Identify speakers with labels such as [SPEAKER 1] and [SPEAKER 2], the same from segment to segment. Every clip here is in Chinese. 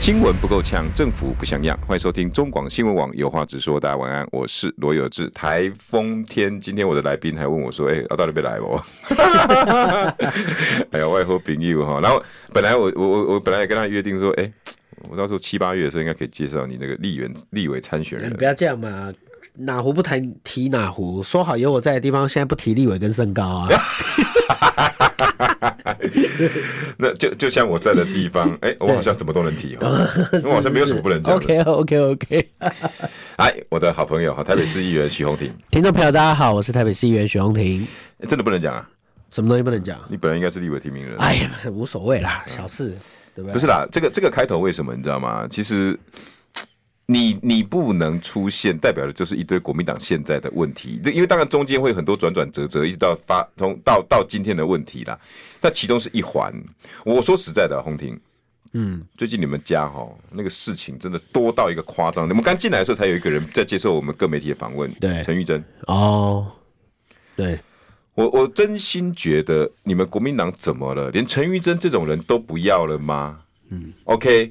[SPEAKER 1] 新闻不够呛，政府不像样。欢迎收听中广新闻网，有话直说。大家晚安，我是罗有志。台风天，今天我的来宾还问我说：“哎、欸，啊、到底别来哦？”哎呀，我也好朋友哈。然后本来我我我我本来也跟他约定说：“哎、欸，我到时候七八月的时候应该可以介绍你那个立员立委参选人。”
[SPEAKER 2] 哎不要这样嘛，哪壶不谈提哪壶。说好有我在的地方，现在不提立委跟身高 啊。
[SPEAKER 1] 那就就像我在的地方，哎、欸，我好像什么都能提哦，我好像没有什么不能讲。
[SPEAKER 2] OK OK OK
[SPEAKER 1] 哎，我的好朋友哈，台北市议员许宏庭，
[SPEAKER 2] 听众朋友大家好，我是台北市议员许宏庭、
[SPEAKER 1] 欸。真的不能讲啊？
[SPEAKER 2] 什么东西不能讲？
[SPEAKER 1] 你本来应该是立委提名人。
[SPEAKER 2] 哎呀，无所谓啦，小事，嗯、对不对？
[SPEAKER 1] 不是啦，这个这个开头为什么你知道吗？其实你你不能出现，代表的就是一堆国民党现在的问题。这因为当然中间会很多转转折折，一直到发从到到今天的问题啦。那其中是一环。我说实在的，洪婷，嗯，最近你们家哈那个事情真的多到一个夸张。你们刚进来的时候，才有一个人在接受我们各媒体的访问，
[SPEAKER 2] 对，
[SPEAKER 1] 陈玉珍。
[SPEAKER 2] 哦，对，
[SPEAKER 1] 我我真心觉得你们国民党怎么了？连陈玉珍这种人都不要了吗？嗯，OK，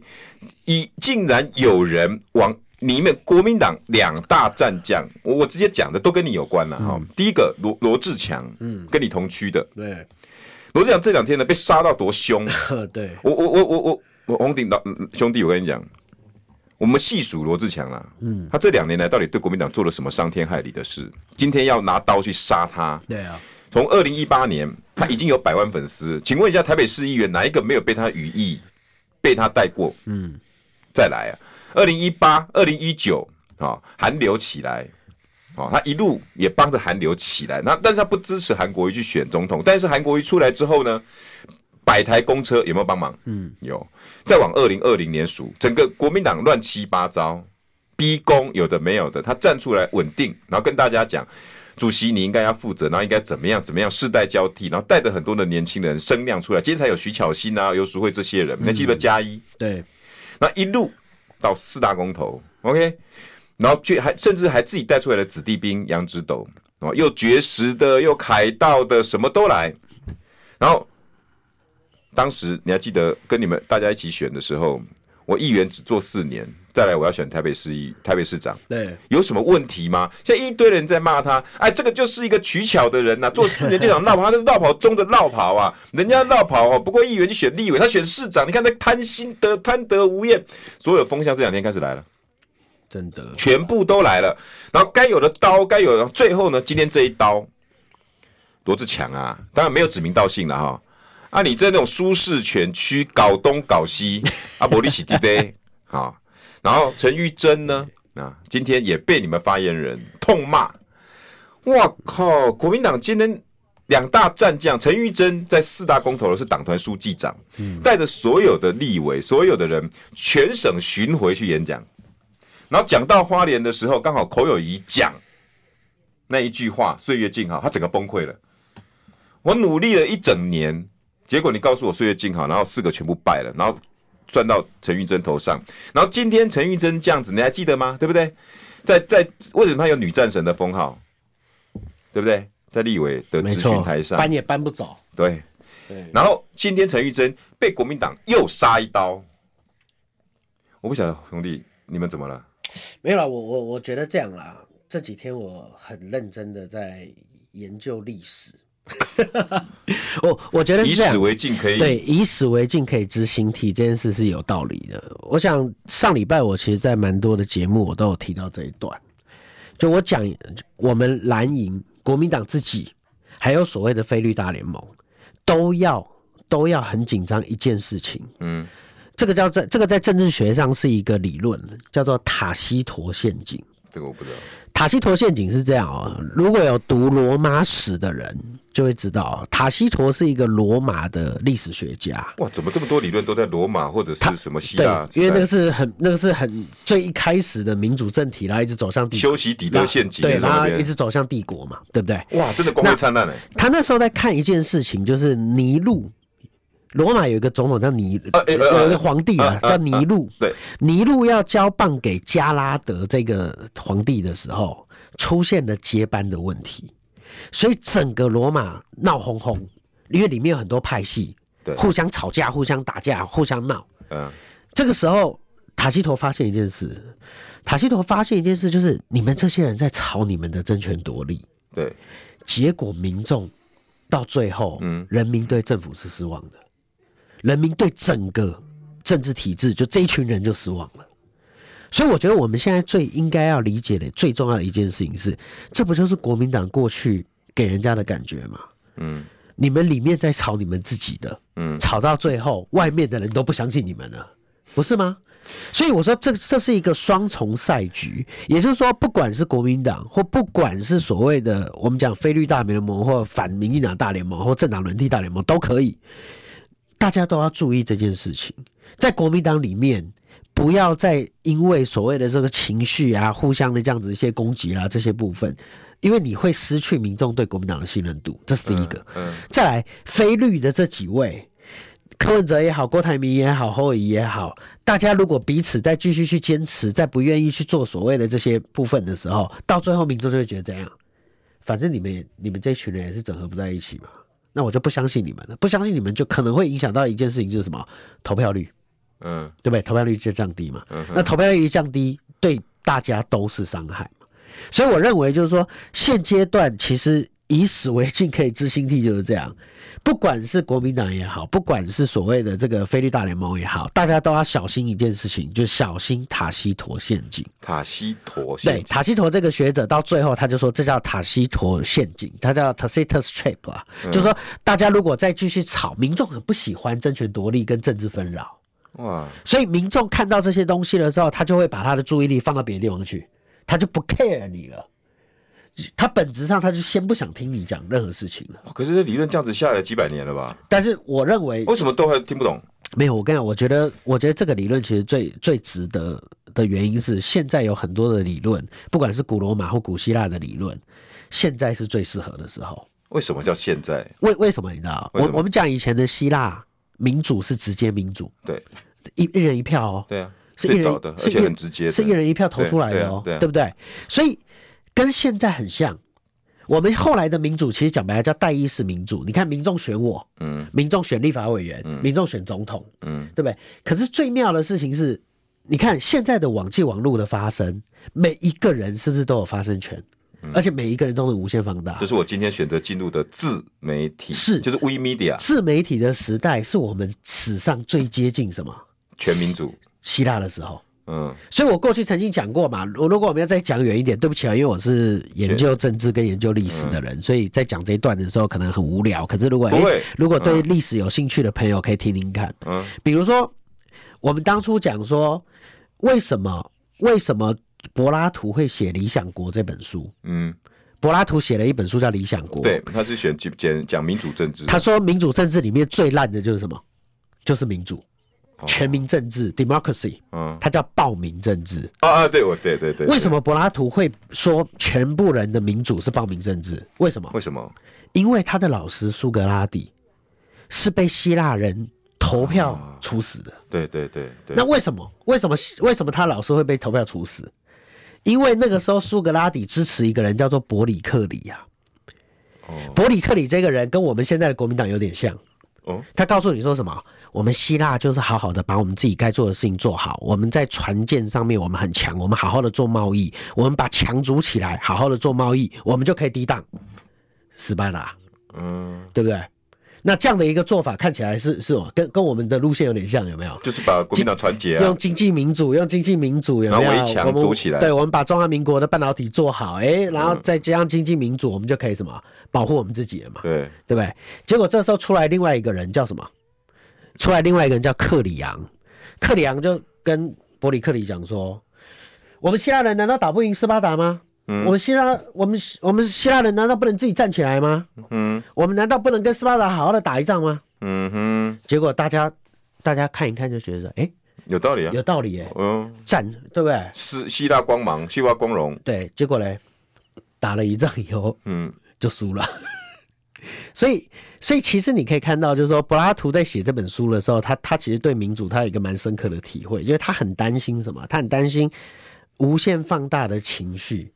[SPEAKER 1] 一竟然有人往你们国民党两大战将，我我直接讲的都跟你有关了哈、嗯。第一个罗罗志强，嗯，跟你同区的，
[SPEAKER 2] 对。
[SPEAKER 1] 罗志祥这两天呢被杀到多凶，
[SPEAKER 2] 对
[SPEAKER 1] 我我我我我我红顶老兄弟，我跟你讲，我们细数罗志强啦，嗯，他这两年来到底对国民党做了什么伤天害理的事？今天要拿刀去杀他，
[SPEAKER 2] 对啊，
[SPEAKER 1] 从二零一八年他已经有百万粉丝，请问一下台北市议员哪一个没有被他羽翼被他带过？嗯，再来啊，二零一八、二零一九啊，韩流起来。哦，他一路也帮着韩流起来，那但是他不支持韩国瑜去选总统，但是韩国瑜出来之后呢，百台公车有没有帮忙？嗯，有。再往二零二零年数，整个国民党乱七八糟，逼宫有的没有的，他站出来稳定，然后跟大家讲，主席你应该要负责，然后应该怎么样怎么样，世代交替，然后带着很多的年轻人声量出来，今天才有徐巧芯啊，有淑慧这些人，你还记得加一？
[SPEAKER 2] 对，
[SPEAKER 1] 那一路到四大公投，OK。然后去还甚至还自己带出来的子弟兵杨植斗哦，又绝食的，又凯道的，什么都来。然后当时你还记得跟你们大家一起选的时候，我议员只做四年，再来我要选台北市议台北市长，
[SPEAKER 2] 对，
[SPEAKER 1] 有什么问题吗？现在一堆人在骂他，哎，这个就是一个取巧的人呐、啊，做四年就想绕跑，他是绕跑中的绕跑啊，人家绕跑哦，不过议员去选立委，他选市长，你看他贪心得贪得无厌，所有风向这两天开始来了。
[SPEAKER 2] 真的，
[SPEAKER 1] 全部都来了，然后该有的刀，该有的，最后呢，今天这一刀，罗志强啊，当然没有指名道姓了哈，啊，你在那种舒适圈区搞东搞西，啊，伯利喜地杯，啊，然后陈玉珍呢，啊，今天也被你们发言人痛骂，哇靠，国民党今天两大战将陈玉珍在四大公投的是党团书记长，带着所有的立委，所有的人全省巡回去演讲。然后讲到花莲的时候，刚好口友谊讲那一句话“岁月静好”，他整个崩溃了。我努力了一整年，结果你告诉我“岁月静好”，然后四个全部败了，然后算到陈玉珍头上。然后今天陈玉珍这样子，你还记得吗？对不对？在在为什么他有女战神的封号？对不对？在立委的咨询台上
[SPEAKER 2] 搬也搬不走。
[SPEAKER 1] 对，对。然后今天陈玉珍被国民党又杀一刀，我不晓得兄弟你们怎么了？
[SPEAKER 2] 没有啦，我我我觉得这样啦。这几天我很认真的在研究历史， 我我觉得
[SPEAKER 1] 以史为镜可以
[SPEAKER 2] 对，以史为镜可以知兴替这件事是有道理的。我想上礼拜我其实，在蛮多的节目我都有提到这一段，就我讲我们蓝营国民党自己，还有所谓的菲律大联盟，都要都要很紧张一件事情，嗯。这个叫在这个在政治学上是一个理论，叫做塔西佗陷阱。
[SPEAKER 1] 这个我不知道。
[SPEAKER 2] 塔西佗陷阱是这样哦，如果有读罗马史的人就会知道，哦塔西佗是一个罗马的历史学家。
[SPEAKER 1] 哇，怎么这么多理论都在罗马或者是啊什么希
[SPEAKER 2] 对
[SPEAKER 1] 腊，时代？
[SPEAKER 2] 因为那个是很那个是很最一开始的民主政体，然后一直走向帝国
[SPEAKER 1] 修习底德陷阱
[SPEAKER 2] 对，
[SPEAKER 1] 那种
[SPEAKER 2] 然
[SPEAKER 1] 那
[SPEAKER 2] 后
[SPEAKER 1] 边
[SPEAKER 2] 一直走向帝国嘛，对不对？
[SPEAKER 1] 哇，真的光辉灿烂哎！
[SPEAKER 2] 他那时候在看一件事情，就是尼禄。罗马有一个总统叫尼，
[SPEAKER 1] 啊哎呃
[SPEAKER 2] 有一个皇帝啊
[SPEAKER 1] 啊，啊
[SPEAKER 2] 叫尼禄。
[SPEAKER 1] 对，
[SPEAKER 2] 尼禄要交棒给加拉德这个皇帝的时候，出现了接班的问题，所以整个罗马闹哄哄，因为里面有很多派系，
[SPEAKER 1] 对
[SPEAKER 2] 互相吵架、互相打架、互相闹。
[SPEAKER 1] 嗯，
[SPEAKER 2] 这个时候，塔西佗发现一件事，塔西佗发现一件事，就是你们这些人在吵你们的争权夺利，
[SPEAKER 1] 对，
[SPEAKER 2] 结果民众到最后，
[SPEAKER 1] 嗯
[SPEAKER 2] 人民对政府是失望的，人民对整个政治体制，就这一群人就失望了。所以我觉得我们现在最应该要理解的最重要的一件事情是，这不就是国民党过去给人家的感觉吗？
[SPEAKER 1] 嗯
[SPEAKER 2] 你们里面在吵你们自己的，
[SPEAKER 1] 嗯，
[SPEAKER 2] 吵到最后，外面的人都不相信你们了，不是吗？所以我说这这是一个双重赛局，也就是说，不管是国民党或不管是所谓的我们讲非绿大联盟或反民进党大联盟或政党轮替大联盟都可以，大家都要注意这件事情，在国民党里面。不要再因为所谓的这个情绪啊，互相的这样子一些攻击啦、这些部分，因为你会失去民众对国民党的信任度，这是第一个。
[SPEAKER 1] 嗯，
[SPEAKER 2] 再来，非绿的这几位，柯文哲也好，郭台铭也好，侯友宜也好，大家如果彼此再继续去坚持，再不愿意去做所谓的这些部分的时候，到最后民众就会觉得怎样？反正你们也，你们这群人也是整合不在一起嘛，那我就不相信你们了，不相信你们就可能会影响到一件事情，就是什么投票率，
[SPEAKER 1] 嗯
[SPEAKER 2] 对不对？投票率就降低嘛。
[SPEAKER 1] 嗯
[SPEAKER 2] 那
[SPEAKER 1] 哼，
[SPEAKER 2] 投票率降低对大家都是伤害嘛。所以我认为就是说，现阶段其实以史为镜可以知兴替就是这样，不管是国民党也好，不管是所谓的这个菲律大联盟也好，大家都要小心一件事情，就小心塔西佗陷阱。
[SPEAKER 1] 塔西佗陷
[SPEAKER 2] 对，
[SPEAKER 1] 阱，
[SPEAKER 2] 塔西佗这个学者到最后他就说，这叫塔西佗陷阱，他叫 Tacitus trap 啊，
[SPEAKER 1] 嗯
[SPEAKER 2] 就是说大家如果再继续吵，民众很不喜欢争权夺利跟政治纷扰。
[SPEAKER 1] 哇，
[SPEAKER 2] 所以民众看到这些东西的时候，他就会把他的注意力放到别的地方去，他就不 care 你了。他本质上他就先不想听你讲任何事情了。
[SPEAKER 1] 哇可是这理论这样子下来几百年了吧？
[SPEAKER 2] 但是我认为
[SPEAKER 1] 为什么都还听不懂？
[SPEAKER 2] 没有，我跟你讲，我觉得我觉得这个理论其实最最值得的原因是，现在有很多的理论，不管是古罗马或古希腊的理论，现在是最适合的时候。
[SPEAKER 1] 为什么叫现在？
[SPEAKER 2] 为为什么你知道？
[SPEAKER 1] 为
[SPEAKER 2] 我
[SPEAKER 1] 什么
[SPEAKER 2] 我们讲以前的希腊民主是直接民主，
[SPEAKER 1] 对
[SPEAKER 2] 一一人一票哦。
[SPEAKER 1] 对啊，
[SPEAKER 2] 是一
[SPEAKER 1] 最
[SPEAKER 2] 人
[SPEAKER 1] 早的，
[SPEAKER 2] 是
[SPEAKER 1] 而
[SPEAKER 2] 一
[SPEAKER 1] 且
[SPEAKER 2] 人
[SPEAKER 1] 很直接的，
[SPEAKER 2] 是一人一票投出来
[SPEAKER 1] 对
[SPEAKER 2] 的
[SPEAKER 1] 啊
[SPEAKER 2] 哦，
[SPEAKER 1] 对啊
[SPEAKER 2] 不对？所以跟现在很像。我们后来的民主其实讲白了叫代议式民主。你看，民众选我，
[SPEAKER 1] 嗯
[SPEAKER 2] 民众选立法委员，民众选总统，
[SPEAKER 1] 嗯
[SPEAKER 2] 对不对？可是最妙的事情是，你看现在的网际网络的发生，每一个人是不是都有发声权？而且每一个人都能无限放大
[SPEAKER 1] 这。嗯是我今天选择进入的自媒体，
[SPEAKER 2] 是
[SPEAKER 1] 就是 We Media
[SPEAKER 2] 自媒体的时代是我们史上最接近什么
[SPEAKER 1] 全民主，
[SPEAKER 2] 希腊的时候。
[SPEAKER 1] 嗯
[SPEAKER 2] 所以我过去曾经讲过嘛，如如果我们要再讲远一点，对不起啊，因为我是研究政治跟研究历史的人，所以在讲这一段的时候可能很无聊。可是如果
[SPEAKER 1] 嗯不会
[SPEAKER 2] 诶如果对历史有兴趣的朋友可以听听看，
[SPEAKER 1] 嗯
[SPEAKER 2] 比如说我们当初讲说，为什么为什么柏拉图会写《理想国》这本书？
[SPEAKER 1] 嗯，
[SPEAKER 2] 柏拉图写了一本书叫《理想国》，
[SPEAKER 1] 对，他是选举讲讲民主政治，
[SPEAKER 2] 他说民主政治里面最烂的就是什么？就是民主，
[SPEAKER 1] 哦
[SPEAKER 2] 全民政治 （democracy），
[SPEAKER 1] 嗯
[SPEAKER 2] 它叫暴民政治。
[SPEAKER 1] 啊啊，对我对对对，
[SPEAKER 2] 为什么柏拉图会说全部人的民主是暴民政治？为什么
[SPEAKER 1] 对？为什么？
[SPEAKER 2] 因为他的老师苏格拉底是被希腊人投票处死的。
[SPEAKER 1] 对对对对，
[SPEAKER 2] 那为什么？为什么？为什么他老师会被投票处死？因为那个时候苏格拉底支持一个人叫做伯里克里呀、
[SPEAKER 1] 哦
[SPEAKER 2] 伯里克里这个人跟我们现在的国民党有点像。
[SPEAKER 1] 哦
[SPEAKER 2] 他告诉你说什么？我们希腊就是好好的把我们自己该做的事情做好。我们在船舰上面我们很强，我们好好的做贸易，我们把强筑起来，好好的做贸易，我们就可以抵挡失败了啊，
[SPEAKER 1] 嗯，
[SPEAKER 2] 对不对？那这样的一个做法看起来是是吗？跟跟我们的路线有点像，有没有？
[SPEAKER 1] 就是把国民党团结啊
[SPEAKER 2] 用，经济民主，用经济民主，有没有？
[SPEAKER 1] 然后围墙
[SPEAKER 2] 我们
[SPEAKER 1] 筑起来嗯
[SPEAKER 2] 对，我们把中华民国的半导体做好，哎、然后再加上经济民主，我们就可以什么保护我们自己了嘛？
[SPEAKER 1] 对，
[SPEAKER 2] 对不对？结果这时候出来另外一个人叫什么？出来另外一个人叫克里昂，克里昂就跟伯里克里讲说：“我们希腊人难道打不赢斯巴达吗？
[SPEAKER 1] 嗯
[SPEAKER 2] 我们希腊，我们我们希腊人难道不能自己站起来吗？
[SPEAKER 1] 嗯
[SPEAKER 2] 我们难道不能跟斯巴达好好的打一仗吗？
[SPEAKER 1] 嗯哼，
[SPEAKER 2] 结果大家大家看一看就觉得，哎、
[SPEAKER 1] 有道理啊。
[SPEAKER 2] 有道理哎、
[SPEAKER 1] 嗯，
[SPEAKER 2] 战对不对？
[SPEAKER 1] 是希腊光芒，希腊光荣。
[SPEAKER 2] 对，结果嘞，打了一仗以后
[SPEAKER 1] 嗯
[SPEAKER 2] 就输了。 所以，所以其实你可以看到，就是说，柏拉图在写这本书的时候，他他其实对民主他有一个蛮深刻的体会，因为他很担心什么？他很担心无限放大的情绪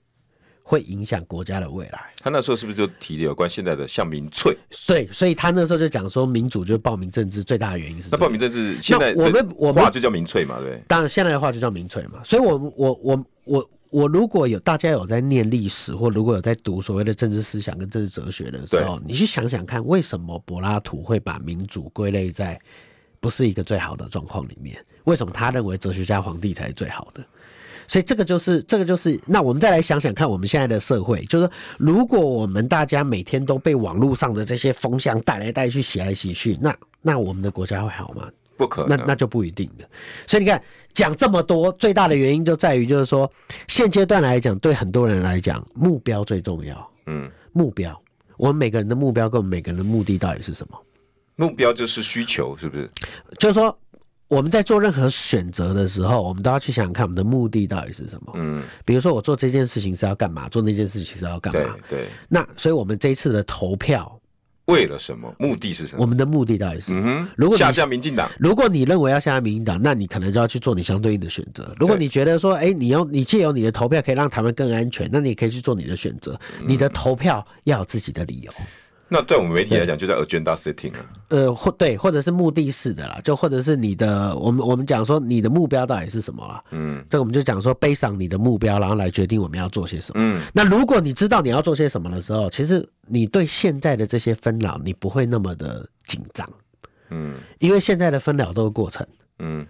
[SPEAKER 2] 会影响国家的未来。
[SPEAKER 1] 他那时候是不是就提了有关现在的像民粹？
[SPEAKER 2] 对，所以他那时候就讲说，民主就是暴民政治最大的原因是
[SPEAKER 1] 那
[SPEAKER 2] 什
[SPEAKER 1] 暴
[SPEAKER 2] 么？
[SPEAKER 1] 民政治现在
[SPEAKER 2] 那我们
[SPEAKER 1] 的
[SPEAKER 2] 我们
[SPEAKER 1] 话就叫民粹嘛，对不对？
[SPEAKER 2] 当然，现在的话就叫民粹嘛。所以我，我我我我我如果有大家有在念历史，或如果有在读所谓的政治思想跟政治哲学的时候，你去想想看，为什么柏拉图会把民主归类在不是一个最好的状况里面？为什么他认为哲学家皇帝才是最好的？所以这个就是这个就是，那我们再来想想看，我们现在的社会，就是说如果我们大家每天都被网络上的这些风向带来带去、洗来洗去，那那我们的国家会好吗？
[SPEAKER 1] 不可
[SPEAKER 2] 那
[SPEAKER 1] 能。
[SPEAKER 2] 那就不一定的。所以你看，讲这么多，最大的原因就在于，就是说，现阶段来讲，对很多人来讲，目标最重要。
[SPEAKER 1] 嗯，
[SPEAKER 2] 目标，我们每个人的目标跟我们每个人的目的到底是什么？
[SPEAKER 1] 目标就是需求，是不是？
[SPEAKER 2] 就是说，我们在做任何选择的时候，我们都要去想想看我们的目的到底是什么。
[SPEAKER 1] 嗯，
[SPEAKER 2] 比如说，我做这件事情是要干嘛，做那件事情是要干
[SPEAKER 1] 对
[SPEAKER 2] 嘛。
[SPEAKER 1] 对。
[SPEAKER 2] 那所以，我们这一次的投票，
[SPEAKER 1] 为了什么？目的是什
[SPEAKER 2] 我
[SPEAKER 1] 么？
[SPEAKER 2] 们的目的到底是什么？
[SPEAKER 1] 嗯哼，
[SPEAKER 2] 如果你
[SPEAKER 1] 下架民进党，
[SPEAKER 2] 如果你认为要下民进党，那你可能就要去做你相对应的选择。如果你觉得说，哎、你用你借由你的投票可以让台湾更安全，那你也可以去做你的选择。你的投票要有自己的理由，
[SPEAKER 1] 那在我们媒体来讲，就叫 agenda setting 啊。
[SPEAKER 2] 呃，或对，或者是目的式的啦，就或者是你的，我们我们讲说你的目标到底是什么啦。
[SPEAKER 1] 嗯
[SPEAKER 2] 这个我们就讲说，背上你的目标，然后来决定我们要做些什么。
[SPEAKER 1] 嗯，
[SPEAKER 2] 那如果你知道你要做些什么的时候，其实你对现在的这些纷扰，你不会那么的紧张，
[SPEAKER 1] 嗯
[SPEAKER 2] 因为现在的纷扰都是过程。
[SPEAKER 1] 嗯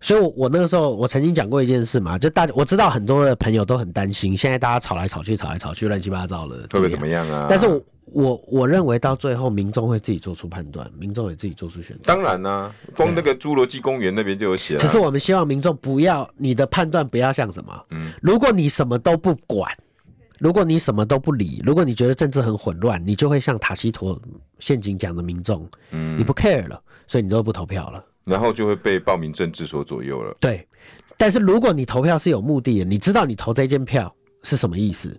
[SPEAKER 2] 所以我，我那个时候我曾经讲过一件事嘛，就大我知道很多的朋友都很担心，现在大家吵来吵去，吵来吵去，乱七八糟的，
[SPEAKER 1] 会不会怎么？样啊？
[SPEAKER 2] 但是我我我认为到最后，民众会自己做出判断，民众也自己做出选择。
[SPEAKER 1] 当然啦、光那个侏罗纪公园那边就有写啊了、
[SPEAKER 2] 只是我们希望民众不要你的判断不要像什么，
[SPEAKER 1] 嗯，
[SPEAKER 2] 如果你什么都不管，如果你什么都不理，如果你觉得政治很混乱，你就会像塔西佗陷阱讲的民众，
[SPEAKER 1] 嗯
[SPEAKER 2] 你不 care 了，所以你都不投票了。
[SPEAKER 1] 然后就会被暴民政治所左右了。
[SPEAKER 2] 对，但是如果你投票是有目的的，你知道你投这件票是什么意思，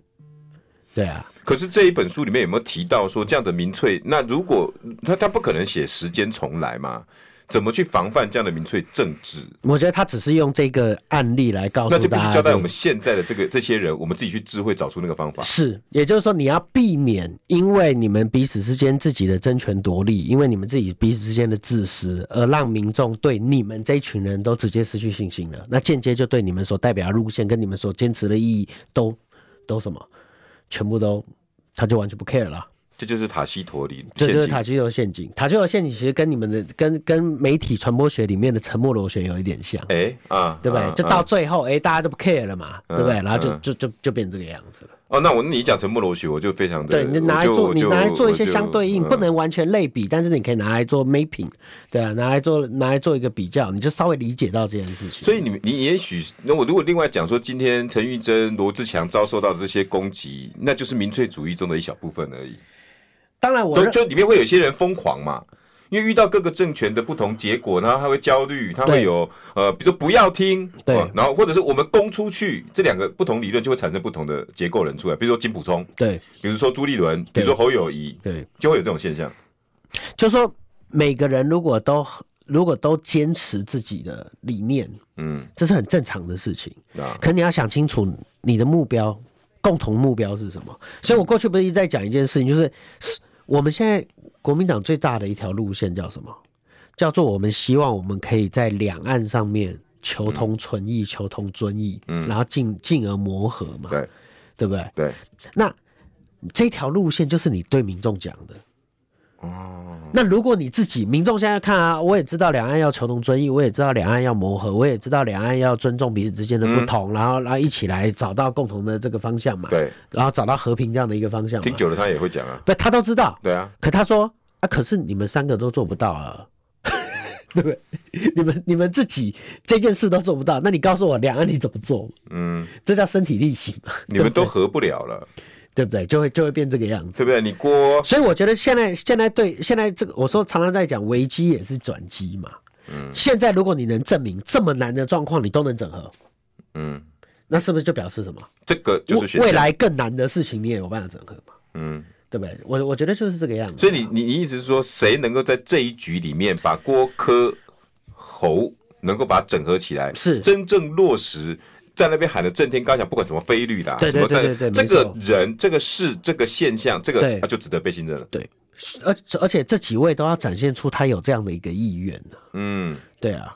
[SPEAKER 2] 对啊，
[SPEAKER 1] 可是这一本书里面有没有提到说这样的民粹？那如果他他不可能写时间重来嘛？怎么去防范这样的民粹政治？
[SPEAKER 2] 我觉得他只是用这个案例来告诉
[SPEAKER 1] 那
[SPEAKER 2] 大
[SPEAKER 1] 就
[SPEAKER 2] 家，
[SPEAKER 1] 必须交代我们现在的这个这些人，我们自己去智慧找出那个方法。
[SPEAKER 2] 是，也就是说你要避免，因为你们彼此之间自己的争权夺利，因为你们自己彼此之间的自私，而让民众对你们这一群人都直接失去信心了，那间接就对你们所代表的路线跟你们所坚持的意义都都什么，全部都他就完全不 care 了。
[SPEAKER 1] 这就是塔西佗里
[SPEAKER 2] 这
[SPEAKER 1] 陷
[SPEAKER 2] 就是
[SPEAKER 1] 阱
[SPEAKER 2] 塔西佗陷阱。塔西佗陷阱其实跟你们的、跟跟媒体传播学里面的沉默螺旋有一点像，
[SPEAKER 1] 哎啊，
[SPEAKER 2] 对不对？
[SPEAKER 1] 啊
[SPEAKER 2] 就到最后，哎、大家都不 care 了嘛，对不对？
[SPEAKER 1] 嗯
[SPEAKER 2] 然后就
[SPEAKER 1] 嗯
[SPEAKER 2] 就就就变成这个样子了。
[SPEAKER 1] 哦，那我你讲沉默螺旋，我就非常的
[SPEAKER 2] 对，你拿来
[SPEAKER 1] 我就
[SPEAKER 2] 做，你拿来
[SPEAKER 1] 我就嗯
[SPEAKER 2] 做一些相对应，
[SPEAKER 1] 我就
[SPEAKER 2] 不能完全类比，但是你可以拿来做 mapping，对啊，拿来做拿来做一个比较，你就稍微理解到这件事情。
[SPEAKER 1] 所以你你也许，那我如果另外讲说，今天陈玉珍、罗志强遭受到的这些攻击，那就是民粹主义中的一小部分而已。
[SPEAKER 2] 当然我
[SPEAKER 1] 就
[SPEAKER 2] 认
[SPEAKER 1] 就里面会有些人疯狂嘛，因为遇到各个政权的不同结果，然后他会焦虑，他会
[SPEAKER 2] 对
[SPEAKER 1] 有呃，比如说不要听，
[SPEAKER 2] 对
[SPEAKER 1] 哦然后或者是我们攻出去，这两个不同理论就会产生不同的结构人出来，比如说金溥聪，
[SPEAKER 2] 对
[SPEAKER 1] 比如说朱立伦，比如说侯友谊，
[SPEAKER 2] 对，
[SPEAKER 1] 就会有这种现象。
[SPEAKER 2] 就说每个人如果都如果都坚持自己的理念，
[SPEAKER 1] 嗯，
[SPEAKER 2] 这是很正常的事情。
[SPEAKER 1] 啊，
[SPEAKER 2] 可你要想清楚你的目标，共同目标是什么。所以我过去不是一直在讲一件事情，就是是我们现在国民党最大的一条路线叫什么？叫做我们希望我们可以在两岸上面求同存异、求同尊异，然后进进而磨合嘛，
[SPEAKER 1] 对
[SPEAKER 2] 对不对？
[SPEAKER 1] 对，
[SPEAKER 2] 那这条路线就是你对民众讲的。
[SPEAKER 1] 哦，
[SPEAKER 2] 那如果你自己民众现在看啊，我也知道两岸要求同尊异，我也知道两岸要磨合，我也知道两岸要尊重彼此之间的不同，然后然后一起来找到共同的这个方向
[SPEAKER 1] 嗯
[SPEAKER 2] 嘛，
[SPEAKER 1] 对，
[SPEAKER 2] 然后找到和平这样的一个方向
[SPEAKER 1] 听
[SPEAKER 2] 嘛。
[SPEAKER 1] 久了他也会讲啊，
[SPEAKER 2] 不，他都知道，
[SPEAKER 1] 对啊，
[SPEAKER 2] 可他说啊，可是你们三个都做不到啊。 对不对？你们你们自己这件事都做不到，那你告诉我两岸你怎么做？
[SPEAKER 1] 嗯，
[SPEAKER 2] 这叫身体力行嘛？
[SPEAKER 1] 你们
[SPEAKER 2] 对
[SPEAKER 1] 都
[SPEAKER 2] 不对
[SPEAKER 1] 合不了了，
[SPEAKER 2] 对不对？就会就会变这个样子。
[SPEAKER 1] 对不对？你郭
[SPEAKER 2] 所以我觉得现在现在对现在这个，我说常常在讲危机也是转机嘛。嗯，现在如果你能证明这么难的状况你都能整合，
[SPEAKER 1] 嗯，
[SPEAKER 2] 那是不是就表示什么？
[SPEAKER 1] 这个就是
[SPEAKER 2] 未
[SPEAKER 1] 选项
[SPEAKER 2] 未来更难的事情你也有办法整合嘛？
[SPEAKER 1] 嗯。
[SPEAKER 2] 对不对？我我觉得就是这个样子。啊
[SPEAKER 1] 所以你你你意思是说，谁能够在这一局里面把郭柯侯能够把它整合起来，
[SPEAKER 2] 是
[SPEAKER 1] 真正落实在那边喊的震天高响，不管什么菲律啦，
[SPEAKER 2] 对对
[SPEAKER 1] 什么在
[SPEAKER 2] 对对对
[SPEAKER 1] 这
[SPEAKER 2] 没
[SPEAKER 1] 个
[SPEAKER 2] 错
[SPEAKER 1] 人、这个事、这个现象，这
[SPEAKER 2] 对
[SPEAKER 1] 个啊就值得被信任了。
[SPEAKER 2] 对，而而且这几位都要展现出他有这样的一个意愿啊呢、
[SPEAKER 1] 嗯，
[SPEAKER 2] 对啊，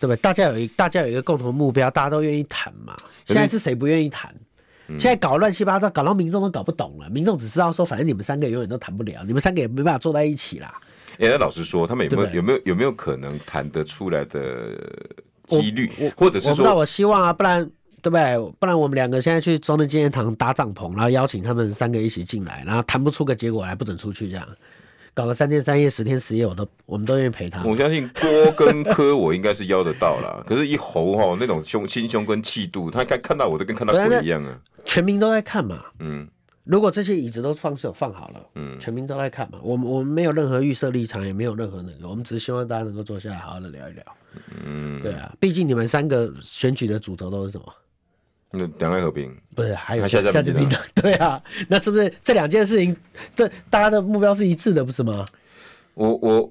[SPEAKER 2] 对不对？大家有一大家有一个共同目标，大家都愿意谈嘛。现在是谁不愿意谈？
[SPEAKER 1] 嗯
[SPEAKER 2] 现在搞乱七八糟，搞到民众都搞不懂了。民众只知道说，反正你们三个永远都谈不了，你们三个也没办法坐在一起啦。
[SPEAKER 1] 哎、那老实说，他们有没有
[SPEAKER 2] 对
[SPEAKER 1] 有没有有没有可能谈得出来的几率，或者是
[SPEAKER 2] 我那
[SPEAKER 1] 说，
[SPEAKER 2] 我希望啊，不然对不对？不然我们两个现在去中正纪念堂搭帐篷，然后邀请他们三个一起进来，然后谈不出个结果来，不准出去这样。搞个三天三夜、十天十夜，我都我们都愿意陪 他。
[SPEAKER 1] 我相信郭跟柯我应该是邀得到啦。 可是，一侯哈那种胸心胸跟气度，他看看到我都跟看到
[SPEAKER 2] 不是
[SPEAKER 1] 鬼一样啊。
[SPEAKER 2] 全民都在看嘛，
[SPEAKER 1] 嗯
[SPEAKER 2] 如果这些椅子都放手放好了，
[SPEAKER 1] 嗯
[SPEAKER 2] 全民都在看嘛。我们我们没有任何预设立场，也没有任何那个，我们只是希望大家能够坐下来好好的聊一聊。
[SPEAKER 1] 嗯，
[SPEAKER 2] 对啊，毕竟你们三个选举的主轴都是什么？
[SPEAKER 1] 那两岸和平。
[SPEAKER 2] 不是，还有
[SPEAKER 1] 还下架
[SPEAKER 2] 民
[SPEAKER 1] 民进
[SPEAKER 2] 党？ 对啊，那是不是这两件事情，这大家的目标是一致的，不是吗？
[SPEAKER 1] 我我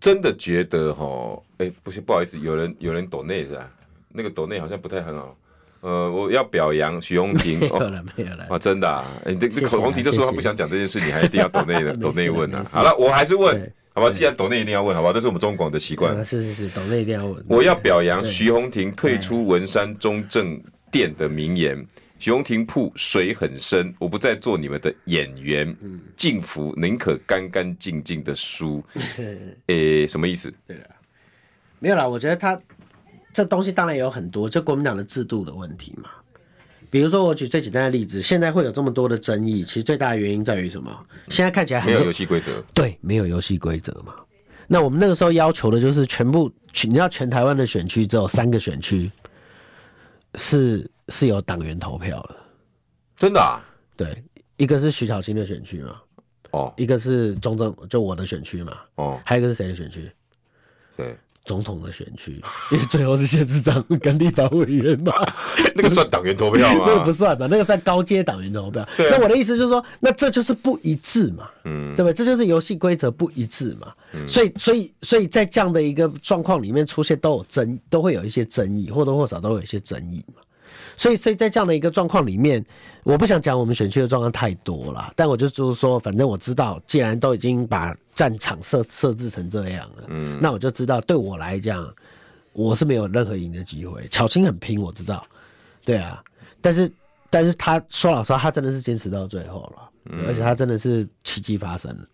[SPEAKER 1] 真的觉得哈，哎、不是不好意思，有人有人抖内是吧？那个抖内好像不太很好。呃，我要表扬许荣平
[SPEAKER 2] 没有
[SPEAKER 1] 哦。
[SPEAKER 2] 了，没有了。
[SPEAKER 1] 啊，真的啊！哎你这
[SPEAKER 2] 谢
[SPEAKER 1] 这
[SPEAKER 2] 谢啊
[SPEAKER 1] 口红提都说
[SPEAKER 2] 谢
[SPEAKER 1] 他
[SPEAKER 2] 谢
[SPEAKER 1] 不想讲这件事，你还一定要抖内的
[SPEAKER 2] 没事
[SPEAKER 1] 抖内问啊
[SPEAKER 2] 没！事
[SPEAKER 1] 好了，我还是问
[SPEAKER 2] 对，
[SPEAKER 1] 好吧？既然抖内一定要问，好吧？这是我们中广的习惯
[SPEAKER 2] 啊。是是是，懂那一定要问。
[SPEAKER 1] 我要表扬徐宏庭退出文山中正店的名言：“徐宏庭铺水很深，我不再做你们的演员，
[SPEAKER 2] 嗯
[SPEAKER 1] 敬服宁可干干净净的 书。
[SPEAKER 2] 对
[SPEAKER 1] 诶，什么意思？
[SPEAKER 2] 没有啦，我觉得他这东西当然也有很多，就国民党的制度的问题嘛。比如说，我举最简单的例子，现在会有这么多的争议，其实最大的原因在于什么？现在看起来
[SPEAKER 1] 没
[SPEAKER 2] 很
[SPEAKER 1] 有
[SPEAKER 2] 多
[SPEAKER 1] 游戏规 则。
[SPEAKER 2] 对，没有游戏规则嘛。那我们那个时候要求的就是全部，你知道全台湾的选区只有三个选区是是有党员投票的，
[SPEAKER 1] 真的啊？
[SPEAKER 2] 对，一个是徐小清的选区嘛，
[SPEAKER 1] 哦
[SPEAKER 2] 一个是中正就我的选区嘛，
[SPEAKER 1] 哦，
[SPEAKER 2] 还有一个是谁的选区？
[SPEAKER 1] 对，
[SPEAKER 2] 总统的选区，因为最后是县市长跟立法委员嘛，
[SPEAKER 1] 那个算党员投票
[SPEAKER 2] 那个 不
[SPEAKER 1] 吗？
[SPEAKER 2] 算嘛，那个算高阶党员投票。
[SPEAKER 1] 对啊
[SPEAKER 2] 那我的意思就是说，那这就是不一致嘛，
[SPEAKER 1] 嗯
[SPEAKER 2] 对不对？这就是游戏规则不一致嘛。所以，所以，所以在这样的一个状况里面出现，都有争，都会有一些争议，或多或少都有一些争议嘛。所以，所以在这样的一个状况里面，我不想讲我们选区的状况太多了，但我就就是说，反正我知道，既然都已经把战场设设置成这样了，嗯，那我就知道，对我来讲，我是没有任何赢的机会。巧青很拼，我知道，对啊，但是但是他说老实话，他真的是坚持到最后了，
[SPEAKER 1] 嗯
[SPEAKER 2] 而且他真的是奇迹发生了，